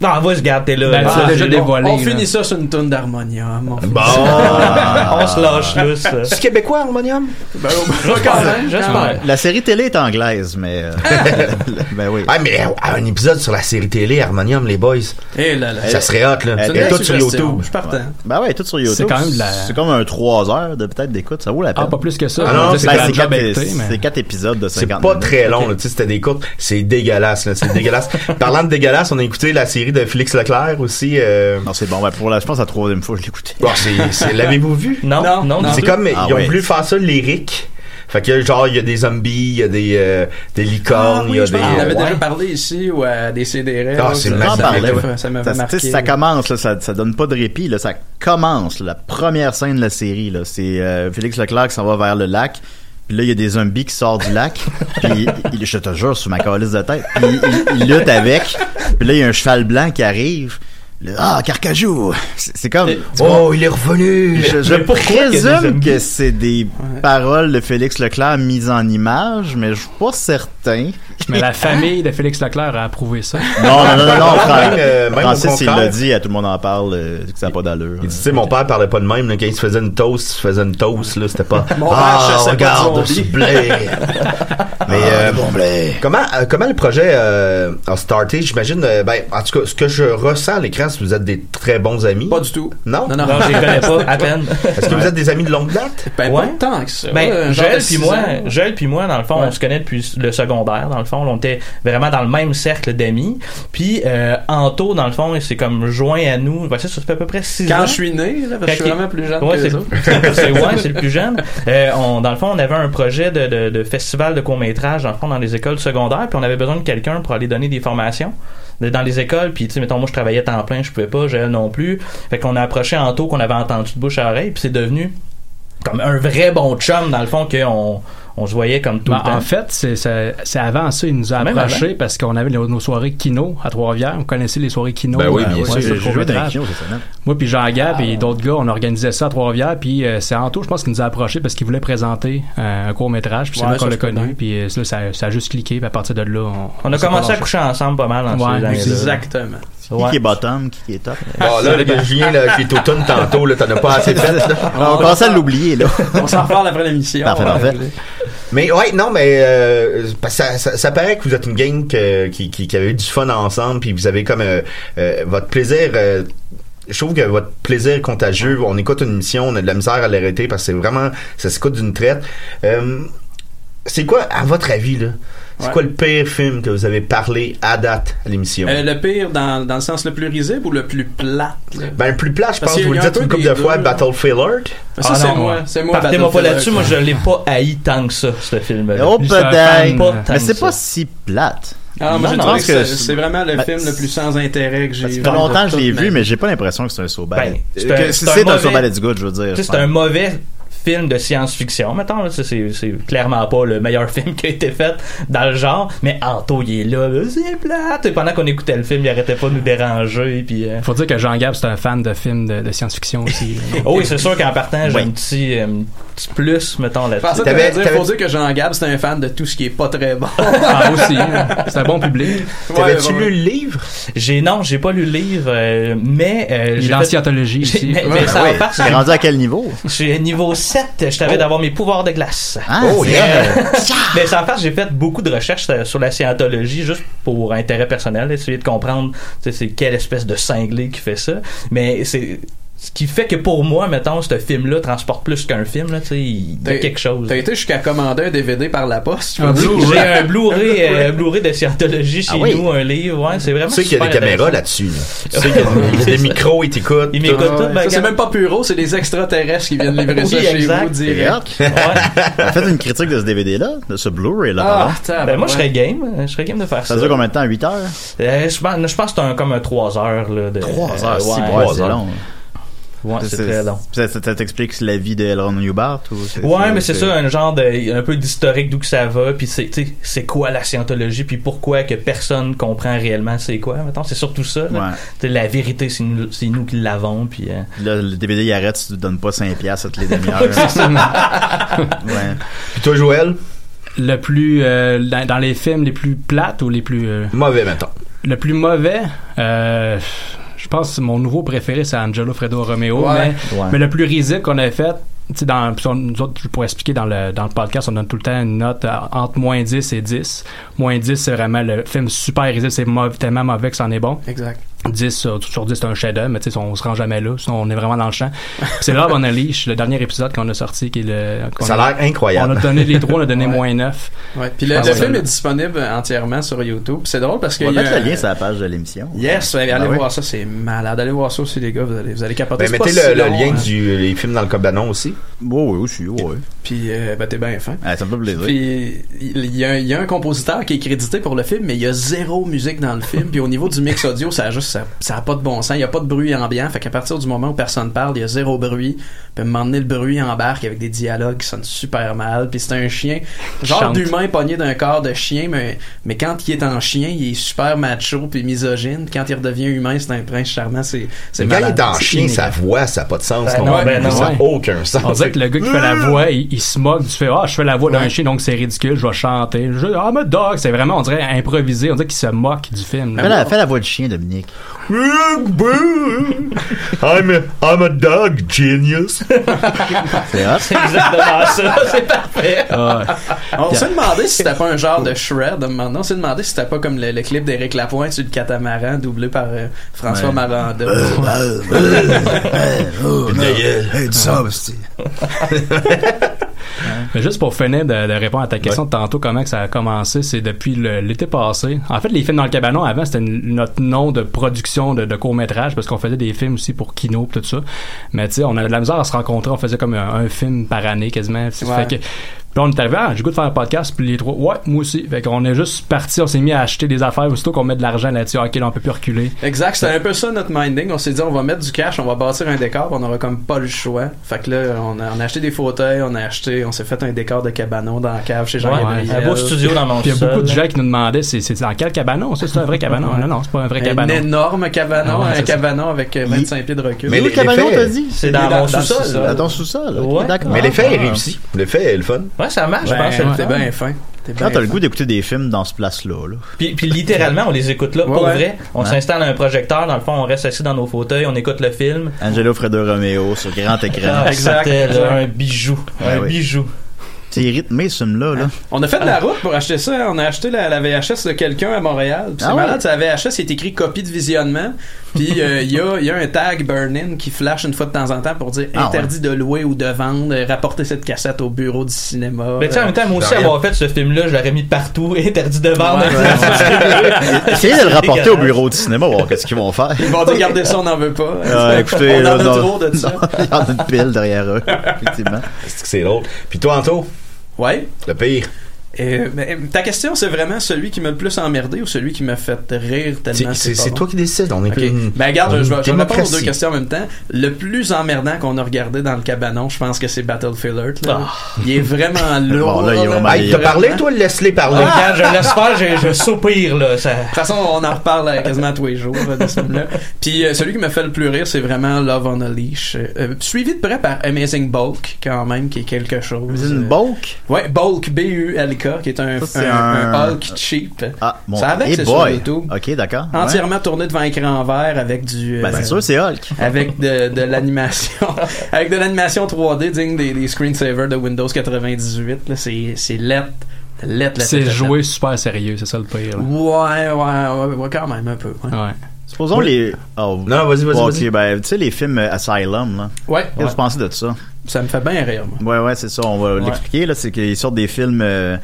Non, vas-y, garde, t'es là.
Ben,
Ah,
tu l'as déjà
c'est bon.
dévoilé,
On
là. Ah,
finit
ça sur une tonne d'harmonium. on finit
Bon.
ça.
On se lâche lousse.
C'est québécois, harmonium?
Ben, quand même, j'espère.
La série télé est anglaise, mais. euh, ben oui.
Ah, mais euh, un épisode sur la série télé Harmonium, les boys.
Eh là là.
Ça serait hot, là.
Elle-
Et
elle-
tout sur
suggestion.
YouTube.
Je suis partant.
Ben ouais, tout sur YouTube.
C'est quand même de la-
C'est comme un 3 heures de peut-être d'écoute, ça vaut la peine. Ben,
Ah, pas plus que ça.
Ah non,
On dit
c'est
que
la
la
c'est
job
quatre-
est été, mais-
C'est 4 épisodes de
C'est
50
pas
minutes.
très long, là. Tu sais, c'était des courtes. C'est dégueulasse, là. C'est dégueulasse. Parlant de dégueulasse, on a écouté la série de Félix Leclerc aussi. euh,
Non, c'est bon. Ben, pour la, je pense, la troisième fois, je l'écoutais.
Bon, c'est- c'est- l'avez-vous vu?
Non, non, non.
C'est comme,
Ah
ils ont
ouais.
voulu faire ça lyrique. Fait que, genre, il y a des zombies, il y a des, euh, des
Ah
licornes, il y a des.
On en avait
euh,
déjà parlé ici ou à des CDR.
Ah,
là,
c'est
ça-
marrant,
ça
parler,
m'avait-
ouais.
Ça m'avait
Ça, tu
marqué.
sais, ça commence, là, ça, ça donne pas de répit. Là, ça commence, là, la première scène de la série. Là, c'est euh, Félix Leclerc qui s'en va vers le lac. Puis là, il y a des zombies qui sortent du lac. Puis, il- je te jure, sous ma calice de tête. Puis, il, il lutte avec. Puis là, il y a un cheval blanc qui arrive. Là, ah, Carcajou! C'est c'est comme...
Oh, il est revenu!
Je, je
Mais pourquoi qu'il y a des
présume
zombies?
que c'est des paroles de Félix Leclerc mises en image, mais je suis pas certain.
Mais la famille de Félix Leclerc a approuvé ça.
Non, non, non, non, non, Fran-
Même, euh, même au
Francis, il
contraire.
l'a dit, à tout le monde en parle, euh, que ça n'a pas d'allure.
Il dit, tu sais, mon père parlait pas de même, là, quand il se faisait une toast, il se faisait une toast, là, c'était pas.
Mon père
ah,
chassait pas de
regarde,
zombies.
ce blé. Mais, euh, Comment, euh, comment le projet euh, a starté? J'imagine, euh, ben, en tout cas, ce que je ressens à l'écran, c'est que vous êtes des très bons amis. Pas
du tout.
Non?
Non, non.
Non, je les connais pas, à peine.
Est-ce que vous êtes des amis de longue date?
Ben,
Ouais.
pas tant que ça. Ouais,
Euh,
Ben,
un genre
Joël
de
puis
six
moi,
ans.
Joël puis moi, dans le fond, on se connaît depuis le secondaire. Dans le fond, on était vraiment dans le même cercle d'amis. Puis euh, Anto, dans le fond, c'est comme joint à nous. Ben, ça, ça fait à peu près six ans.
Quand je suis né, là, parce que je suis
Fait
vraiment
qu'il-
plus jeune
Ouais,
que
c'est-
les autres.
c'est- c'est- ouais, c'est le plus jeune. Euh, on, dans le fond, on avait un projet de, de, de festival de court
métrage en fond dans les écoles secondaires, puis on avait besoin de quelqu'un pour aller donner des formations de- dans les écoles, puis tu sais, mettons, moi je travaillais temps plein, je pouvais pas, j'elle non plus. Fait qu'on a approché en taux qu'on avait entendu de bouche à oreille, puis c'est devenu comme un vrai bon chum, dans le fond, qu'on on se voyait comme tout
Ben,
le temps.
en fait, c'est- c'est c'est avant ça, il nous a
Même avant.
approchés parce qu'on avait nos, nos soirées kino à Trois-Rivières. Vous connaissez les soirées kino?
Ben oui,
euh,
bien
ouais,
sûr.
c'est
J'ai
le
joué dans
court-métrage.
les kinos cette semaine.
Moi, puis Jean-Gab et d'autres gars, on organisait ça à Trois-Rivières. Puis euh, c'est Anto, je pense, qui nous a approchés parce qu'il voulait présenter euh, un court-métrage. Puis c'est
Ouais,
là qu'on
ça,
l'a
je connais.
connu. Puis euh, ça, ça- ça a juste cliqué. Puis à partir de là, on,
On a
s'est
commencé
pas
à
lâché.
coucher ensemble pas mal dans
Ouais,
ces années-là.
Exactement.
Ouais.
Qui est bottom, qui est top.
Bon, là, le Julien là, qui est au tonne tantôt, là, t'en as pas assez fait. Là.
On commence à l'oublier, là.
On s'en reparle après l'émission.
Parfait, parfait. Mais ouais, non, mais euh, parce que ça, ça, ça paraît que vous êtes une gang que- qui, qui, qui avait eu du fun ensemble, puis vous avez comme euh, euh, votre plaisir. euh, je trouve que votre plaisir est contagieux. On écoute une émission, on a de la misère à l'arrêter parce que c'est vraiment, ça s'écoute d'une traite. Euh, c'est quoi, à votre avis, là? C'est
Ouais.
quoi le pire film que vous avez parlé à date à l'émission?
Euh, le pire dans, dans le sens le plus risible ou le plus plate? là?
ben, le plus plat, je
Parce
pense, que
qu'il
vous
y
le
a un
dites
peu
une couple
des
de fois,
deux, là.
Battlefield Earth.
Ah,
Ça, c'est moi, c'est moi,
Partez-moi pas
Battlefield
là-dessus, moi je
Earth.
l'ai pas haï tant que ça, ce film-là.
Oh,
Je suis un fan
peut-être.
pas tant
Mais
que
c'est
ça.
pas si plate.
Ah, moi,
Non,
je
non,
trouve que
parce que
c'est- c'est vraiment le
Bah.
Ben,
film le plus sans intérêt que j'ai
Ça
vu.
fait longtemps
de
que je l'ai
toute ma
vu, mais j'ai pas l'impression que c'est un so bad.
Ben, c'est
Euh,
un- c'est
que- si
un
c'est un
mauvais-
so bad, it's good, je veux
Tu
dire.
sais, C'est un mauvais film de science-fiction. Mettons, là, tu sais, c'est c'est clairement pas le meilleur film qui a été fait dans le genre, mais Anto, il est là, là, c'est plate. Et pendant qu'on écoutait le film, il arrêtait pas de nous déranger. Puis, euh,
Faut dire que Jean-Gab, c'est un fan de films de, de science-fiction aussi. là.
Oh oui, c'est sûr qu'en partant, j'ai
Ouais.
un petit, euh, petit plus, mettons,
Je pensais
là-dessus.
que t'allais dire, faut dire que Jean-Gab, c'est un fan de tout ce qui est pas très bon.
Ah, aussi. hein. C'est un bon public.
T'avais-tu lu
le livre?
J'ai, non, j'ai pas lu le livre, euh, mais... euh,
Il
j'ai
est en
fait-
scientologie
J'ai-
aussi.
Mais, mais ça en part,
Tu es rendu à quel niveau?
Je suis niveau 7, je t'avais
Oh.
d'avoir mes pouvoirs de glace.
Ah, Oh, c'est yeah. vrai.
Mais sans faire, j'ai fait beaucoup de recherches euh, sur la scientologie juste pour intérêt personnel, essayer de comprendre tu sais, c'est quelle espèce de cinglé qui fait ça. Mais c'est ce qui fait que pour moi, mettons, ce film-là transporte plus qu'un film, là, tu sais, il y a
T'as-
quelque chose.
T'as été jusqu'à commander un DVD par la poste.
Un Blu-ray. J'ai un Blu-ray
Un Blu-ray.
euh, Blu-ray de scientologie chez
Ah oui.
nous, un livre, ouais, c'est
Tu
vraiment
sais qu'il y a
super
des caméras
intéressant.
là-dessus. là. Tu sais qu'il y a des- il y a des micros, ils t'écoutent.
Ils m'écoutent
tout.
tout, ben,
Ah Ça, c'est
regarde.
même pas Puro, c'est des extraterrestres qui viennent livrer ça
Oui,
chez
exact.
vous direct.
Faites une critique de ce DVD-là, de ce Blu-ray-là,
Ah,
pardon.
ben, moi, je serais game. euh, Je serais game de faire ça.
Ça dure combien de temps? 8 heures?
Euh, je, pense, je pense que c'est un, comme un 3 heures. Là, de,
3
euh,
heures,
ouais,
si,
ouais,
ouais, c'est long.
Ouais, c'est très long.
Ça, ça- ça t'explique la vie de Ron Newbart? Ou
Ouais, mais c'est ça, un genre de, un peu d'historique d'où que ça va, puis c'est, tu sais, c'est quoi la scientologie, puis pourquoi que personne comprend réellement c'est quoi, mettons, c'est surtout ça. là.
Ouais.
Tu sais, La vérité, c'est nous, c'est nous qui l'avons, puis... euh,
Là, le DVD, il arrête, tu te donnes pas 5 piastres toutes les demi-heures. ouais.
Puis toi, Joël?
Le plus. euh, dans, dans les films les plus plates ou les plus. euh,
Mauvais, mettons.
Le plus mauvais, euh, je pense que mon nouveau préféré, c'est Angelo Fredo Romeo.
Ouais.
Mais,
Ouais.
mais le plus risible qu'on avait fait, tu sais, dans, puis on- nous autres, je pourrais expliquer dans le, dans le podcast, on donne tout le temps une note euh, entre moins 10 et 10. Moins 10, c'est vraiment le film super risible, c'est mauvais- tellement mauvais que c'en est bon.
Exact.
10 sur, sur 10, c'est un chef-d'œuvre, mais tu sais, on se rend jamais là, sinon on est vraiment dans le champ. Puis c'est Love on a Leash, le dernier épisode qu'on a sorti, qui est le. qu'on
Ça a l'air incroyable.
On a donné les trois, on a donné moins 9.
Ouais. Puis le,
Ah,
le
ouais.
film est disponible entièrement sur YouTube. C'est drôle parce que.
On
il y
va
a
mettre
euh,
un-
le lien sur la page de l'émission.
Yes, ben, allez
Ah oui.
voir ça, c'est malade. Allez voir ça aussi, les gars, vous allez, vous allez capoter.
Ben Ben,
C'est pas
mettez
si
le, le
long,
lien
hein.
du les films dans le cabanon aussi.
Oh, oui, aussi, oui.
Puis, euh, ben, t'es bien fin.
Ah, ça me fait plaisir.
Puis, il il y, a un- il y a un compositeur qui est crédité pour le film, mais il y a zéro musique dans le film. Puis, au niveau du mix audio, ça a juste, ça, ça a pas de bon sens. Il y a pas de bruit ambiant. Fait qu'à partir du moment où personne parle, il y a zéro bruit. Puis, à un moment donné, le bruit embarque avec des dialogues qui sonnent super mal. Puis, c'est un chien, genre
Chante.
d'humain pogné d'un corps de chien, mais, mais quand il est en chien, il est super macho puis misogyne. Quand il redevient humain, c'est un prince charmant. C'est, c'est
C'est quand il est
malade.
dans
C'est
chien,
inégal.
sa voix, ça n'a pas de sens.
Ben
non,
non, ben non,
ça n'a
ouais.
aucun sens.
On dirait que le gars qui fait la voix, il, il se moque du fait Ah, je fais la voix d'un
Ouais.
chien, donc c'est ridicule, je vais chanter. Je, ah, me dog, c'est vraiment, on dirait improvisé, on dirait qu'il se moque du film.
Fais la, fais la voix de chien, Dominique.
I'm a, I'm a dog genius.
C'est hot.
C'est exactement ça, c'est parfait.
On s'est demandé si c'était pas un genre de shred. Maintenant, on s'est demandé si c'était pas comme le, le clip d'Éric Lapointe sur le catamaran doublé par euh, François
Ouais.
Maranda.
Hey, du sable,
Mais juste pour finir de, de répondre à ta question de tantôt, comment que ça a commencé, c'est depuis le- l'été passé. En fait, les films dans le cabanon, avant, c'était une- notre nom de production de, de court-métrage parce qu'on faisait des films aussi pour Kino pis tout ça. Mais tu sais, on avait de la misère à se rencontrer. On faisait comme un, un film par année quasiment.
Ouais.
Fait que Puis on est arrivé, ah, j'ai le goût de faire un podcast, puis les trois, ouais, moi aussi. Fait qu'on est juste parti, on s'est mis à acheter des affaires, aussitôt qu'on met de l'argent là-dessus, ah, ok, là, on peut plus reculer.
Exact, c'était un peu ça notre minding. On s'est dit, on va mettre du cash, on va bâtir un décor, on aura comme pas le choix. Fait que là, on a, on a acheté des fauteuils, on a acheté, on s'est fait un décor de cabanon dans la cave chez Jean-Gabriel.
Ouais, Puis il y a beaucoup de gens qui nous demandaient, c'est, c'est dans quel cabanon? Ça, c'est un vrai cabanon? Non, non, c'est pas un vrai
Un
cabanon.
énorme cabanon,
Ah ouais,
un
c'est ça.
cabanon avec euh, 25 pieds de recul.
Mais
Où
les- les faits-
C'est dans mon
le
sous-sol.
sous-sol.
Dans ton
sous-sol.
ok, Ouais. d'accord.
Mais l'effet est
Ah.
réussi. L'effet est le fun.
Ouais, ça marche,
Ben,
je pense. c'est le fun.
ouais. T'es bien fin.
T'es
Quand t'as le goût d'écouter des films dans ce place-là, là.
Puis, puis littéralement, on les écoute là, pour
Ouais, ouais.
vrai. On
Ouais.
s'installe un projecteur, dans le fond, on reste assis dans nos fauteuils, on écoute le film.
Angelo Fredo Romeo sur grand écran.
Ah, c'était, là, un bijou. un bijou.
C'est rythmé, ce film-là, là.
Ah. On a fait de la route pour acheter ça. On a acheté la, la VHS de quelqu'un à Montréal. Puis C'est
Ah ouais?
malade, c'est la VHS, c'est écrit copie de visionnement. Puis euh, il y, a, il y a un tag burn-in qui flash une fois de temps en temps pour dire
Ah ouais.
interdit de louer ou de vendre, euh, rapportez cette cassette au bureau du cinéma.
Mais tu sais, en même temps, moi aussi,
Euh,
avoir fait ce film-là, je l'aurais mis partout, interdit de vendre.
Essayez de le rapporter au bureau du cinéma, voir qu'est-ce qu'ils vont faire.
Ils vont dire, regardez ça, on n'en veut pas.
Ah, écoutez,
on en
là,
a
non.
trop de ça.
Il y en a une pile derrière eux, effectivement.
C'est que c'est drôle. Puis toi, Anto?
Ouais?
Le pire.
Euh, mais, euh, ta question, c'est vraiment celui qui m'a le plus emmerdé ou celui qui m'a fait rire tellement c'est
C'est- C'est
pas
c'est
bon?
toi qui décides. On est
Ok. Ben regarde, je, vais- je vais répondre
réponds
aux deux questions en même temps. Le plus emmerdant qu'on a regardé dans le cabanon, je pense que c'est Battlefield Earth. là.
Ah.
Il est vraiment lourd.
Bon, là, il est vraiment- Hey, t'as parlé,
Hein?
toi, laisse-les parler.
Ah!
Regarde, je laisse faire, je, je soupire, là. Ça...
De toute façon, on en reparle euh, quasiment tous les jours euh, de ce film-là. Puis euh, celui qui me fait le plus rire, c'est vraiment Love on a Leash. Euh, suivi de près par Amazing Bulk, quand même, qui est quelque chose.
Amazing
Bulk? Ouais, Bulk, B-U-L-K, qui est un,
Mm-hmm. Ça, c'est
un- un
un-
Hulk cheap.
Ah, mon
Ça avec,
hey
c'est sur
boy.
YouTube.
Ok, d'accord. Ouais.
Entièrement tourné devant écran vert avec du. euh,
Ben, c'est sûr, c'est Hulk.
Avec de, de l'animation. avec de l'animation 3D digne des, des screensavers de Windows 98. là. C'est c'est lettre. Lettre, lettre,
C'est
lettre,
joué super sérieux, c'est ça le pire. là. Ah.
Ouais, ouais, ouais, ouais, quand même un peu. Ouais.
Supposons
Oui.
les. Oh,
Non, vas-y, vas-y,
ok,
vas-y.
ben, tu sais, les films euh, Asylum, là.
Ouais.
Qu'est-ce que
Ouais.
vous pensez de ça?
Ça me fait bien rire, moi.
Ouais, ouais, c'est ça. On va
Ouais.
l'expliquer, là. C'est qu'ils sortent des films. euh,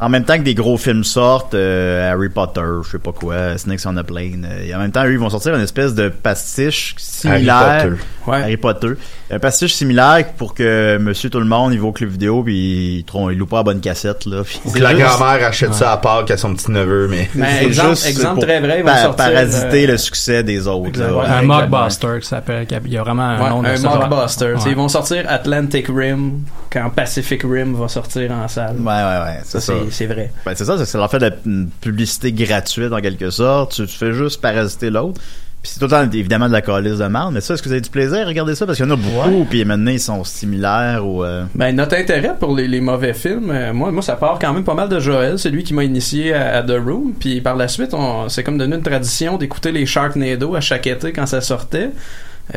en même temps que des gros films sortent, euh, Harry Potter, je sais pas quoi, Snakes on a Plane. euh, et en même temps, eux, ils vont sortir une espèce de pastiche similaire.
Harry Potter.
Harry Potter. Un pastiche similaire pour que Monsieur Tout le Monde, il va au club vidéo, puis il, trom- il loue pas la bonne cassette, là. Puis
Ou
c'est
que la
juste-
grand-mère achète
Ouais.
ça à part qu'à son petit neveu, mais.
C'est juste pour pa- parasiter
euh,
le succès des autres. là.
Ouais, un mockbuster qui s'appelle. qu'il y a- Il y a vraiment un
Ouais,
nom de
un
ça.
mockbuster.
Ouais.
Tu sais, Ils vont sortir Atlantic Rim quand Pacific Rim va sortir en salle.
Ouais, ouais, ouais. C'est ça.
c'est- C'est vrai.
Ben, c'est ça, c'est- c'est leur fait de la p- publicité gratuite en quelque sorte. Tu, tu fais juste parasiter l'autre. Puis c'est tout le temps évidemment de la calice de merde. Mais ça, est-ce que vous avez du plaisir à regarder ça? Parce qu'il y en a beaucoup, puis maintenant ils sont similaires ou. euh,
Ben, notre intérêt pour les, les mauvais films, euh, moi, moi, ça part quand même pas mal de Joël. C'est lui qui m'a initié à, à The Room. Puis par la suite, on, c'est comme devenu une tradition d'écouter les Sharknado à chaque été quand ça sortait.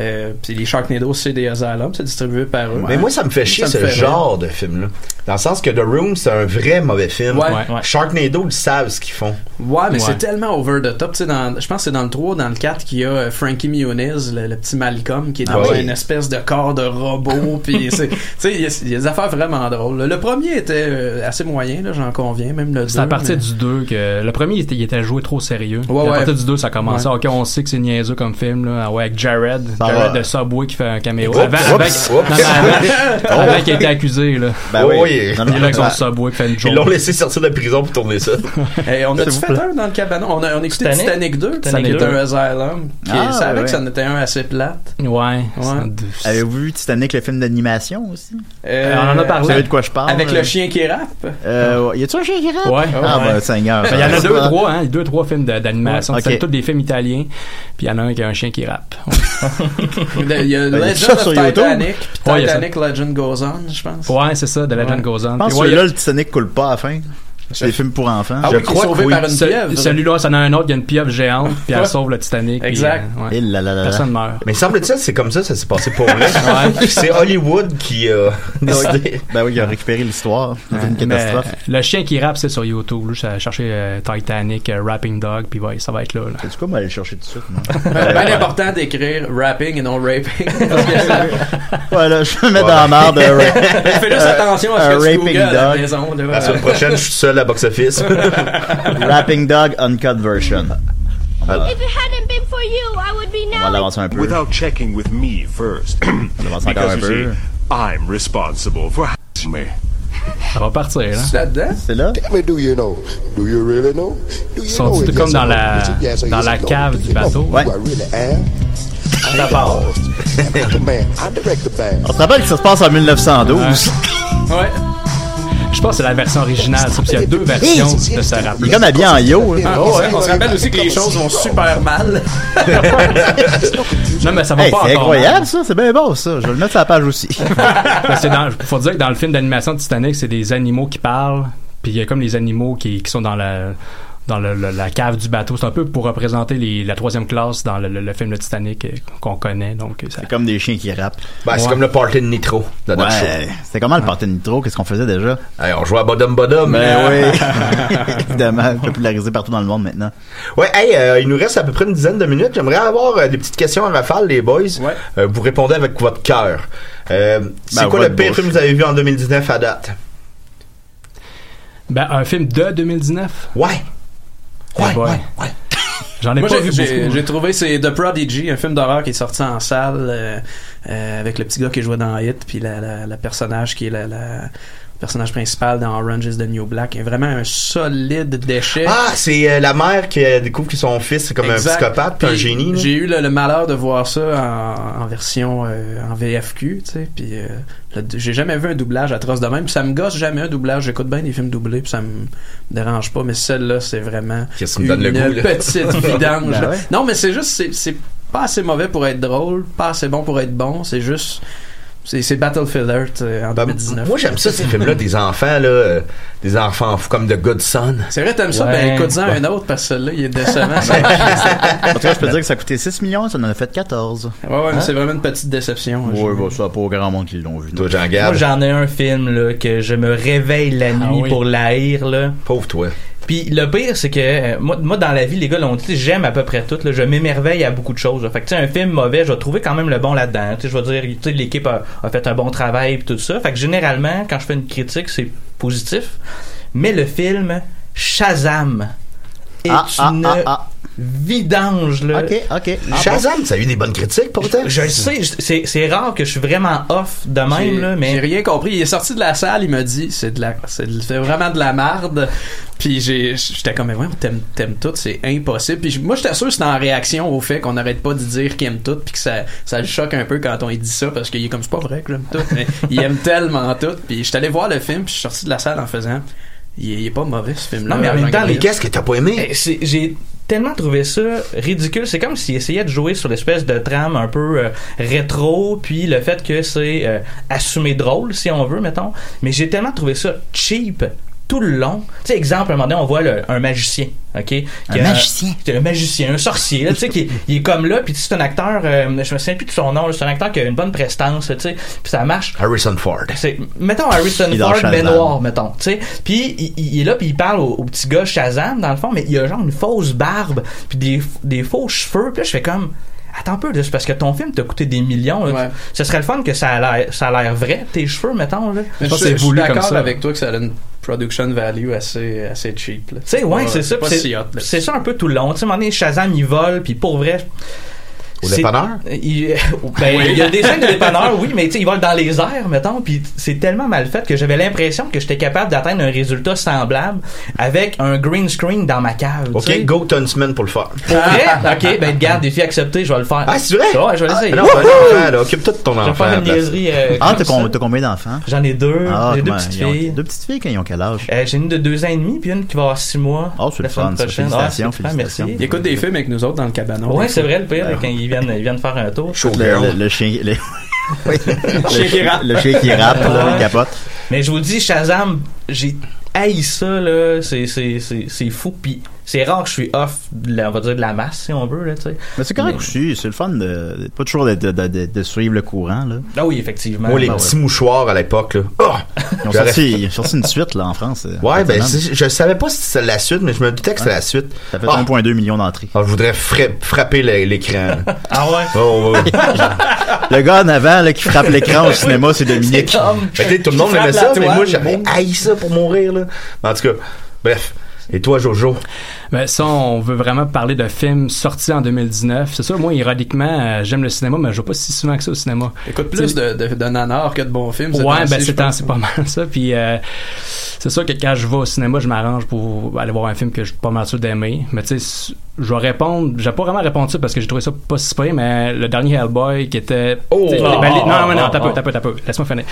Euh, puis les Sharknado, c'est des Asylum, c'est distribué par eux.
Mais moi, ça me fait chier,
me
ce
fait rire.
genre de film-là. Dans le sens que The Room, c'est un vrai mauvais film.
Ouais. Ouais.
Sharknado, ils savent ce qu'ils font.
Ouais, mais
Ouais.
c'est tellement over the top. Tu sais, dans- je pense que c'est dans le 3 ou dans le 4 qu'il y a euh, Frankie Muniz, le, le petit Malcolm, qui est dans
Ah oui.
une espèce de corps de robot. Puis, c'est- tu sais, il y, a- il y a des affaires vraiment drôles. là. Le premier était euh, assez moyen, là, j'en conviens, même le
C'est à
deux,
partir
mais-
du 2 que. Le premier, il était, il était joué trop sérieux. Puis
ouais.
à partir du 2, ça commençait.
Ouais.
Ok, on sait que c'est niaiseux comme film, là. Ah Ouais, avec Jared.
Ça
Ah
Jared
va.
de Subway qui fait un caméo.
Oups,
avant, avant,
oups,
non,
oups.
mais avant,
Oh.
avant qu'il ait été accusé, là.
Ben oui. Non, non,
Il est là avec son
ben-
Subway qui fait une joke.
Ils l'ont laissé sortir de prison pour tourner ça.
Eh, on a-tu
S'il
fait
vous plaît.
un dans le cabanon? On a, on a écouté
Titanic?
Titanic 2, qui
Titanic
est un
2.
Asylum. Qui
Ah,
ça avec,
ouais.
ça en était un assez plate.
Ouais.
Avez-vous vu Titanic, le film d'animation aussi?
Euh, On en a parlé.
Vous savez de quoi je parle?
Avec
euh?
le chien qui rappe.
Euh, ouais. y a-tu un chien qui rappe?
Ouais.
Ah, ben, Seigneur.
Mais Il y en a deux, trois, hein. Deux, trois films de- d'animation.
Ouais, ok.
C'est tous des films italiens. Puis il y en a un qui a un chien qui rappe.
Il y a
Ben, il y a
Legend
ça
of
sur
Titanic,
YouTube.
puis
Ouais, il y a ça.
Titanic Legend Goes On, je pense.
Ouais, c'est ça, The Legend
Ouais.
Goes
Je
On.
pense
Puis
que
ouais, il y a-
celui-là, le Titanic coule pas à la fin. C'est des films pour enfants.
Ah oui, qui est sauvé par une
Ce-
pieuvre.
Celui-là, ça en a un autre, il y a une pieuvre géante, puis elle sauve le Titanic. puis,
Exact.
euh, ouais. Personne meurt.
Mais semble-t-il, c'est comme ça ça s'est passé pour vrai.
Ouais.
C'est Hollywood qui a décidé.
Ben oui, il a récupéré l'histoire. C'est une
Mais,
catastrophe.
euh, le chien qui rappe, c'est sur YouTube. Là, Je chercher Titanic, euh, Rapping Dog, puis ouais, ça va être là. là.
C'est quoi, aller chercher tout de suite.
Ben, ben important d'écrire rapping et non raping. Parce que ça-
Voilà, je me mets dans la merde. euh, ouais.
Fais juste attention à ce que
un
tu
raping
googles à la
dog.
maison. là.
La semaine prochaine, je suis seul à box-office.
Rapping Dog Uncut Version. On va,
If it hadn't been for you, I would be
on va
now.
l'avancer un peu.
Without checking with me first.
Because, you see,
I'm responsible for me.
Ça va partir, hein? là.
C'est là-dedans?
C'est là?
do you know? Do you really know? Do you
Ils sont
know it?
comme
Yes
dans
or no?
la-
Is it yes or
dans
yes
la
or no?
cave
Do
du
you know
bateau.
who
Ouais.
I really oh, am? I
Ça
am
part.
the boss. I'm the man. I direct the band.
On se rappelle que ça se passe en 1912.
Ouais. Je pense que c'est la version originale, ça, parce qu'il y a deux versions de ce rap.
Il est comme habillé en yo. hein.
Ah, ouais, on se rappelle aussi que les choses vont super mal.
Non, mais ça va
Hey,
pas
c'est
encore
incroyable ça, c'est bien bon ça. Je vais le mettre sur la page aussi.
Parce que dans- faut dire que dans le film d'animation de Titanic, c'est des animaux qui parlent, puis il y a comme les animaux qui, qui sont dans la dans le- le- la cave du bateau. C'est un peu pour représenter les- la troisième classe dans le, le- le film de Titanic euh, qu'on connaît. Donc ça-
C'est comme des chiens qui rappent.
Ben, c'est comme le
party de Nitro de notre
ouais.
show.
C'était comment le party de Nitro? Qu'est-ce qu'on faisait déjà?
Hey, on jouait à Bottom Bottom. hein.
Ben oui. Évidemment, popularisé partout dans le monde maintenant.
Ouais, hey, euh, il nous reste à peu près une dizaine de minutes. J'aimerais avoir euh, des petites questions à rafale, les boys. Euh, vous répondez avec votre cœur. Euh, c'est
Ben,
quoi
votre
le pire
bouche.
film que vous avez vu en 2019 à date?
Ben, un film de 2019.
Ouais.
Ouais, ouais, J'en ai
Moi,
pas
j'ai-
vu
j'ai-
beaucoup.
J'ai trouvé, c'est The Prodigy, un film d'horreur qui est sorti en salle euh, euh, avec le petit gars qui jouait dans Hit, puis la, la- la personnage qui est la, la- le personnage principal dans Orange is the New Black. est vraiment un solide déchet.
Ah, c'est euh, la mère qui euh, découvre que son fils est comme
Exact.
un psychopathe, puis un
Puis
génie. là.
J'ai eu le, le malheur de voir ça en, en version euh, en VFQ, tu sais. Puis euh, le- j'ai jamais vu un doublage atroce de même. Puis ça me gosse jamais un doublage. J'écoute bien des films doublés, puis ça me dérange pas. Mais celle-là, c'est vraiment
Qu'est-ce qui
une
me donne le goût, là?
petite vidange.
Ben ouais.
Non, mais c'est juste, c'est- c'est pas assez mauvais pour être drôle, pas assez bon pour être bon. C'est juste, c'est c'est Battlefield Earth euh, en 2019.
Bah, Ben, Moi, j'aime ça, ces films-là, des enfants, là, euh, des enfants fous comme The Good Son.
C'est vrai, t'aimes ça? Ben, écoute-en un autre, parce que celui-là, il est décevant.
En tout cas, je peux dire que ça coûtait 6 millions, ça en a fait 14.
Ouais, ouais, mais c'est vraiment une petite déception.
Ouais, bah, ça, pas grand monde qui l'ont vu.
Toi, j'en
Moi,
garde.
j'en ai un film là, que je me réveille la nuit
oui.
pour l'haïr. là.
Pauvre toi.
Puis le pire, c'est que euh, moi, moi, dans la vie, les gars l'ont dit, j'aime à peu près tout. là. je m'émerveille à beaucoup de choses. là. Fait que, tu sais, un film mauvais, je vais trouver quand même le bon là-dedans. Tu sais, je vais dire, tu sais, l'équipe a, a fait un bon travail et tout ça. Fait que généralement, quand je fais une critique, c'est positif. Mais le film Shazam est
Ah, ah,
une
ah, ah.
vidange. Là.
Ok, ok. Ah,
Shazam, ça a eu des bonnes critiques, pourtant.
Je le sais, je- c'est c'est rare que je suis vraiment off de même,
J'ai-
là,
J'ai
mais.
rien compris. Il est sorti de la salle, il m'a dit c'est de la, c'est de- c'est vraiment de la marde. Puis j'ai, j'étais comme mais ouais, t'aimes, t'aimes tout, c'est impossible. Puis j- moi j'étais sûr que c'était en réaction au fait qu'on n'arrête pas de dire qu'il aime tout, puis que ça, ça le choque un peu quand on lui dit ça parce qu'il est comme c'est pas vrai que j'aime tout, mais il aime tellement tout. Puis j'étais allé voir le film, puis je suis sorti de la salle en faisant. Il est, il est pas mauvais ce film-là.
Non, mais en même temps, les-
Qu'est-ce que t'as pas aimé?
Eh, c'est- J'ai tellement trouvé ça ridicule. C'est comme s'il essayait de jouer sur l'espèce de trame un peu euh, rétro, puis le fait que c'est euh, assumé drôle, si on veut, mettons. Mais j'ai tellement trouvé ça cheap tout le long. Tu sais, exemple, à un moment donné, on voit le- un magicien, OK? Qui
Un magicien?
Un, magicien, un sorcier, là, tu sais, qui il est comme là, puis tu sais, c'est un acteur, euh, je me souviens plus de son nom, là, c'est un acteur qui a une bonne prestance, tu sais, puis ça marche.
Harrison Ford.
C'est- mettons Harrison
Il est dans
Ford
Shazam.
mais noir mettons tu sais puis il, il est là puis il parle au, au petit gars Shazam dans le fond mais il a genre une fausse barbe puis des, des faux cheveux puis là je fais comme Attends un peu, là, c'est parce que ton film t'a coûté des millions. là. Ce serait le fun que ça a l'air, ça a l'air vrai, tes cheveux, mettons. Là.
Mais je, je suis d'accord avec toi que ça a une production value assez, assez cheap. là.
Tu sais, ouais, c'est ça.
Pas
pis c'est-
si hot, là.
C'est ça un peu tout le long. Tu sais, à un moment donné, Shazam, il vole, puis pour vrai.
Au
c'est- Euh,
dépanneur?
Il, ben,
Oui.
il y a des scènes de dépanneur, oui, mais tu sais, il vole dans les airs, mettons, puis c'est tellement mal fait que j'avais l'impression que j'étais capable d'atteindre un résultat semblable avec un green screen dans ma cave. tu sais.
Ok, go Tunsman pour le faire.
Pour vrai? Ok, ben, garde, défi accepté, je vais le faire.
Ah, c'est vrai?
Ouais, je vais l'essayer.
Ah, non, c'est un enfant, là. Occupe-toi de ton
ben, Je vais
enfant.
faire
à
une
la place.
niaiserie, euh,
Ah,
comme
t'as
ça.
com- t'as combien d'enfants?
J'en ai deux.
Ah,
j'ai deux
comment-
petites
ils ont-
filles.
Deux petites filles, quand ils ont quel âge?
Euh, J'ai une de deux ans et demi, puis une qui va avoir six mois.
Oh, c'est
la
le fun,
semaine
ça.
prochaine. Ah, c'est
Félicitations,
le fun, merci.
félicitations.
Il écoute des films avec nous autres dans le cabanon.
Ouais, c'est vrai, le pire,
Ben,
là, quand ils viennent, ils viennent faire un tour.
Le, le- le chien... le-
Le
chien qui rappe. le chien qui rappe, là, il capote.
Mais je vous dis, Shazam, j'ai haï ça, là. C'est, c'est, c'est, c'est fou. Puis c'est rare que je suis off, de la- on va dire, de la masse, si on veut, là, tu sais.
Mais c'est correct
Mais-
aussi, c'est le fun de... de- Pas toujours de, de- de- de suivre le courant, là.
Ah oui, effectivement.
Moi, les
Ah ouais.
petits mouchoirs à l'époque, là. Oh!
Ils ont
J'aurais-
sorti, ils ont sorti une suite, là, en France. euh,
Ouais,
cette
ben,
semaine.
c'est- je savais pas si c'était la suite, mais je me doutais que c'était la suite.
Ça fait
Ah!
1,2 million d'entrées.
Ah, je voudrais fra- frapper l'é- l'écran. là.
Ah ouais?
Oh, ouais. Ah.
Le gars en avant, là, qui frappe l'écran au cinéma, c'est Dominique.
Mais Ben, tu sais, tout le monde
Qui frappe
aimait ça,
la
mais moi,
toile.
j'avais haï ça pour mourir, là. En tout cas, bref. Et toi, Jojo?
Ben, ça, on veut vraiment parler d'un film sorti en 2019. C'est sûr, moi, ironiquement, euh, j'aime le cinéma, mais je vais pas si souvent que ça au cinéma.
Écoute plus
T'sais,
de, de, de nanars que de bons films. ces
Ouais,
temps-ci,
ben
je
c'est
pense.
temps- c'est pas mal ça. Puis euh, c'est sûr que quand je vais au cinéma, je m'arrange pour aller voir un film que je suis pas mal sûr d'aimer. Mais tu sais, je vais répondre. J'ai pas vraiment répondu ça parce que j'ai trouvé ça pas si pire, mais le dernier Hellboy qui était.
Oh!
t'sais,
Ah,
ben, les-
ah,
non, non, non,
ah,
t'as peu,
ah.
t'as peu, t'as peu. Laisse-moi finir.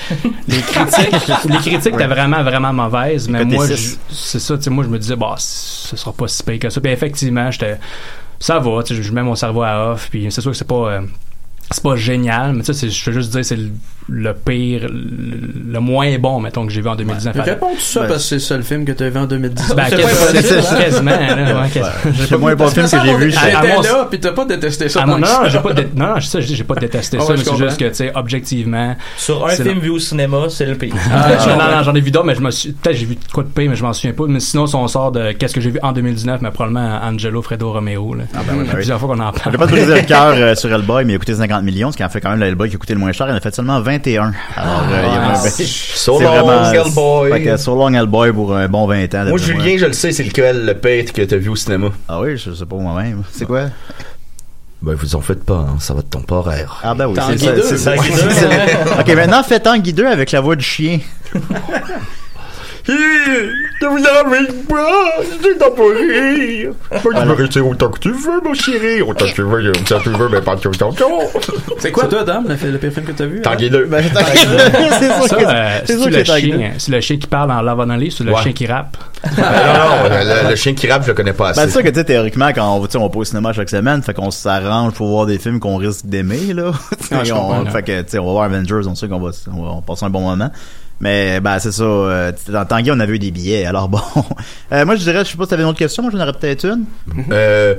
Les critiques, les critiques étaient vraiment, vraiment mauvaises. Mais
Côté
moi,
six.
je- c'est ça. Tu sais, moi, je me disais, bah, c- ce sera pas si pire que ça. Puis effectivement, j'étais. Ça va, tu sais, je mets mon cerveau à off. Puis c'est sûr que c'est pas. euh, c'est pas génial, mais tu sais, c'est- je veux juste dire, c'est le, le pire, le, le moins bon, mettons, que j'ai vu en 2019.
Mais Réponds tout ça parce que c'est le seul film que tu as vu en 2010.
Ben, quasi-
hein?
c'est- quasiment, là, ouais, quasiment. J'ai pas vu- parce que ça, on est-
J'étais
à- à mon-
là, puis t'as pas détesté ça.
Ah, non,
tant que
non,
ça.
j'ai pas, dé- non, non, c'est ça, je dis, j'ai pas détesté
Ah
ça,
ouais, je
mais c'est juste que,
comprends.
tu sais, objectivement.
Sur un
c'est
film
la-
vu au cinéma, c'est le pire.
Ah, non, non, j'en ai vu d'autres, mais je me suis, peut-être j'ai vu de quoi de pire, mais je m'en souviens pas. Mais sinon, si on sort de qu'est-ce que j'ai vu en 2019, mais probablement Angelo Fredo Romeo, là.
ben oui, ben oui.
plusieurs fois qu'on en parle.
Je vais pas te briser le cœur euh, sur Hellboy, mais il a coûté 50 millions, ce qui en fait quand même le Hellboy qui a coûté le moins cher. Il en a fait seulement 21. Alors, euh, il y a
Ah,
un-
ouais.
c'est
So long, Hellboy.
Fait que so long Hellboy pour un bon 20 ans.
Moi,
d'après
Julien, je le sais, c'est lequel le pire que t'as vu au cinéma?
Ah oui, je sais pas moi-même. C'est quoi?
Ben, vous en faites pas, hein, ça va de ton horaire.
Ah ben oui,
Tanguy
c'est ça.
deux.
c'est ça.
Tanguy deux.
ok, maintenant, faites Tanguy 2 avec la voix du chien.
Je vous envie Ah, pas, c'est t'en pour rire. Ah, Tu peux rester autant que tu veux, mon chéri. Autant que tu veux, autant que tu veux, mais pas autant que tu veux.
C'est quoi, toi, Dame, le, le pire film que t'as vu?
Tanguy 2.
Ça,
sûr que-
euh,
c'est sûr
c'est-tu
que
le
c'est
chien,
Agnew.
c'est le chien qui parle en Love Only, c'est le
Ouais.
chien qui rappe.
non, non, le, le chien qui rappe, je le connais pas assez.
Ben, c'est sûr que, tu sais, théoriquement, quand on, tu sais, on va pas au cinéma chaque semaine, fait qu'on s'arrange pour voir des films qu'on risque d'aimer, là. Tu sais,
Ah, je
on-
comprends, là.
fait que, tu sais, on va voir Avengers, on sait qu'on va, on va- on passer un bon moment. Mais, ben, c'est ça, euh, tu sais, dans Tanguy, on avait eu des billets, alors bon. Euh, moi, je dirais, je sais pas si t'avais une autre question, moi, j'en aurais peut-être une.
Euh,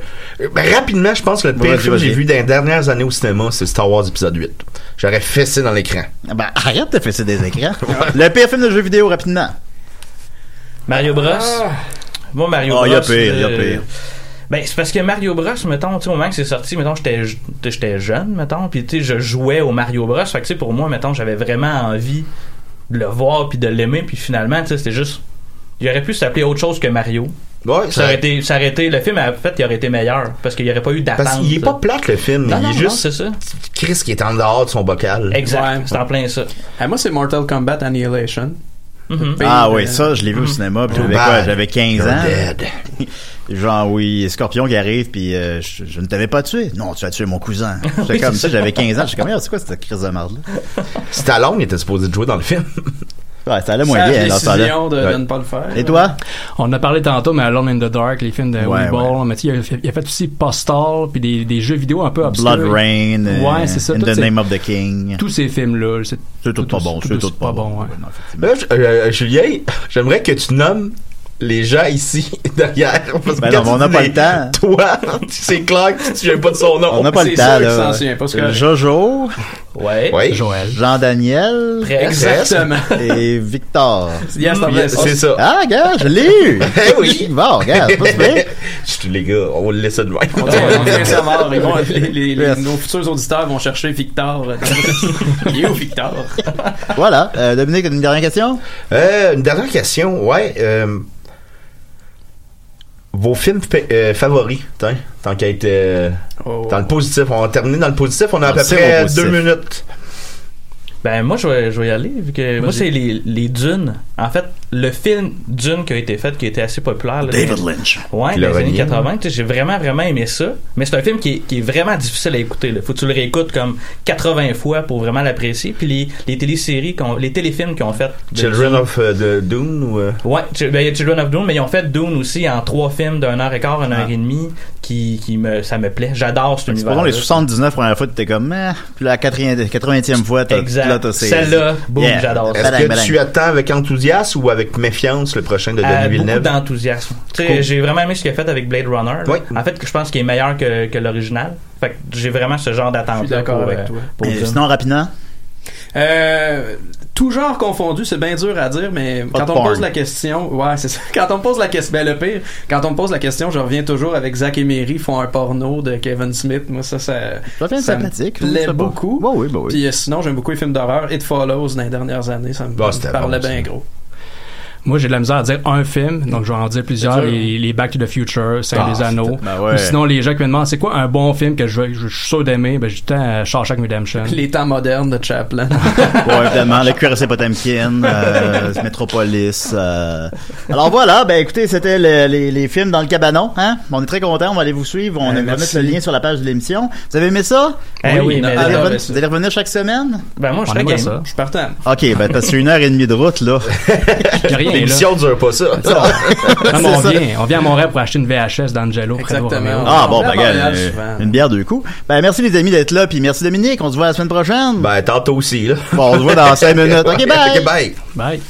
ben, rapidement, je pense que le pire
Vas-y,
film que j'ai
vas-y.
vu dans les dernières années au cinéma, c'est Star Wars épisode 8. J'aurais fessé dans l'écran.
Ben, arrête de fesser des écrans. Le pire film de jeu vidéo, rapidement.
Mario Bros.
Ah.
Moi, Mario
Ah,
Bros.
y a pire, y a
euh,
pire.
Ben, c'est parce que Mario Bros, mettons, tu sais, au moment que c'est sorti, mettons, j'étais je- j'étais jeune, mettons, puis tu sais, je jouais au Mario Bros. Fait que, tu sais, pour moi, mettons, j'avais vraiment envie de le voir puis de l'aimer, puis finalement, tu sais, c'était juste. Il aurait pu s'appeler autre chose que Mario.
Ouais,
ça aurait été, ça aurait été- le film, en fait, il aurait été meilleur, parce qu'il n'y aurait pas eu d'attente.
Parce qu'il est pas plate, le film.
Non,
il
non,
est
non,
juste
c'est ça.
Chris qui est en dehors de son bocal.
Exact, c'est en plein ça.
Ah, moi, c'est Mortal Kombat Annihilation.
Mhm.
Ah
euh,
oui, ça, je l'ai vu au cinéma, puis j'avais quoi, j'avais
hmm. Oh,
15
You're
ans.
dead.
Genre, oui, Scorpion qui arrive, puis euh, je, je ne t'avais pas tué. Non, tu as tué mon cousin. J'étais
Oui,
comme
c'est
ça,
ça.
j'avais 15 ans, j'étais comme, Ah, c'est quoi cette crise de merde
Stallone était supposé de jouer dans le film.
là? Ouais, ça
Sage
allait
Ah,
moins bien, Ah, dans ce temps-là.
décision de- de
Ouais.
ne pas
le faire.
Et toi?
On en a parlé tantôt, mais Alone in the Dark, les films de
Ouais,
Weeble, mais tu sais, il a fait- il a fait aussi Postal, puis des, des jeux vidéo un peu obscurs.
Blood Rain, euh,
ouais, c'est ça.
In
tous
the
ces-
Name of the King.
Tous ces films-là, c'est
C'est tout pas bon, c'est tout pas bon. ouais.
Là, je- euh, Julien, j'aimerais que tu nommes les gens ici derrière. Parce que
Ben
quand
non,
tu
on n'a
dis
pas
les-
le temps.
Toi, c'est clair que tu n'aimes pas de son
hein.
nom.
On n'a pas le temps, là. Jojo.
Ouais.
Ouais.
Joël.
Jean-Daniel.
Presque.
Exactement.
Et Victor.
Yes, Mm, yes.
c'est ça.
Ah, regarde, je l'ai eu.
Eh oui.
Bon, regarde, c'est Ah, pas si pire.
Je te les gars, on va le laisser de même.
On dirait qu'on est bien savoir, ils vont- les- les- les- Nos futurs auditeurs vont chercher Victor. Il est où, Victor?
Voilà. Euh, Dominique, une dernière question?
Euh, une dernière question, ouais. euh, vos films fa- euh, favoris, tant, tant qu'à être euh, dans le positif. On va terminer dans le positif. On a à peu
sait
près
au positif.
deux minutes.
Ben moi je vais, je vais y aller vu que moi c'est les, les Dunes. En fait, le film Dune qui a été fait qui a été assez populaire. là,
David
dans-
Lynch.
Ouais,
Qui
dans
l'a
les années
renié. hein.
80, tu sais, j'ai vraiment vraiment aimé ça, mais c'est un film qui est, qui est vraiment difficile à écouter là. Faut que tu le réécoutes comme 80 fois pour vraiment l'apprécier. Puis les, les téléséries qu'on les téléfilms qu'on fait de
Children of euh, the Dune ou. euh,
Ouais, tu- ben, il y a Children of Dune, mais ils ont fait Dune aussi en trois films d'un heure et quart, une heure et demie, qui, qui me, ça me plaît. J'adore cet
Ben, C'est
univers.
pas bon, les 79 premières fois, t'étais comme, eh, puis la 80e, 80e fois, t'as,
Exact.
là, t'as saisi.
Celle-là, boum,
Yeah.
j'adore ça.
Est-ce que
Badang,
tu
badang.
attends avec enthousiasme ou avec méfiance le prochain de
Euh,
Denis
beaucoup
Villeneuve?
d'enthousiasme. Tu sais,
Cool.
J'ai vraiment aimé ce qu'il a fait avec Blade Runner. là. En fait, que je pense qu'il est meilleur que, que l'original. Fait que j'ai vraiment ce genre d'attente.
Je suis d'accord avec toi.
Pour
Et
Dune.
Oh, Sinon, rapidement.
Euh, tout genre confondu, c'est bien dur à dire, mais
de
quand on me
porn.
pose la question, ouais, c'est ça. Quand on me pose la question, ben le pire, quand on me pose la question, je reviens toujours avec Zach et Mary font un porno de Kevin Smith. Moi, ça, ça,
Ça devient
me
sympathique, oui,
plaît
c'est bon.
beaucoup.
oui, bah oui.
Puis euh, sinon, j'aime beaucoup les films d'horreur. It Follows dans les dernières années, ça me
Bah, c'était
parlait
bon,
bien
ça.
gros.
Moi, j'ai de la misère à dire un film, donc je vais en dire plusieurs.
C'est sûr.
Les, les Back to the Future, Saint
Ah,
des Anneaux.
c'est-
Bah
ben ouais.
Ou sinon, les gens qui me demandent c'est quoi un bon film que je, veux, je, suis sûr d'aimer, ben, j'ai tout le temps euh, Shawshank Redemption.
Les temps modernes de Chaplin.
Ouais, évidemment, le cuirassé Potemkin, euh, Metropolis. euh. Alors voilà, ben écoutez, c'était le- les, les films dans le cabanon. Hein? On est très contents, on va aller vous suivre. On
Euh,
va
merci.
mettre le lien sur la page de l'émission. Vous avez aimé ça?
Eh oui, mais
vous, allez
là,
reven-
ben, ça-
vous allez revenir chaque semaine?
Ben moi,
je serais game. Je suis partant.
Ok, ben parce que c'est une heure et demie de route, là.
rien, là.
L'émission dure pas ça.
Non, mais on,
C'est ça.
vient, Ah, on vient à Montréal pour acheter une VHS d'Angelo. Exactement.
Ah bon, ben, gars, une, une bière deux coups. Ben merci les amis d'être là, puis merci Dominique, on se voit la semaine prochaine.
Ben tantôt aussi, là.
Bon, on se voit dans cinq minutes. Ok, bye!
Ok, bye.
Bye.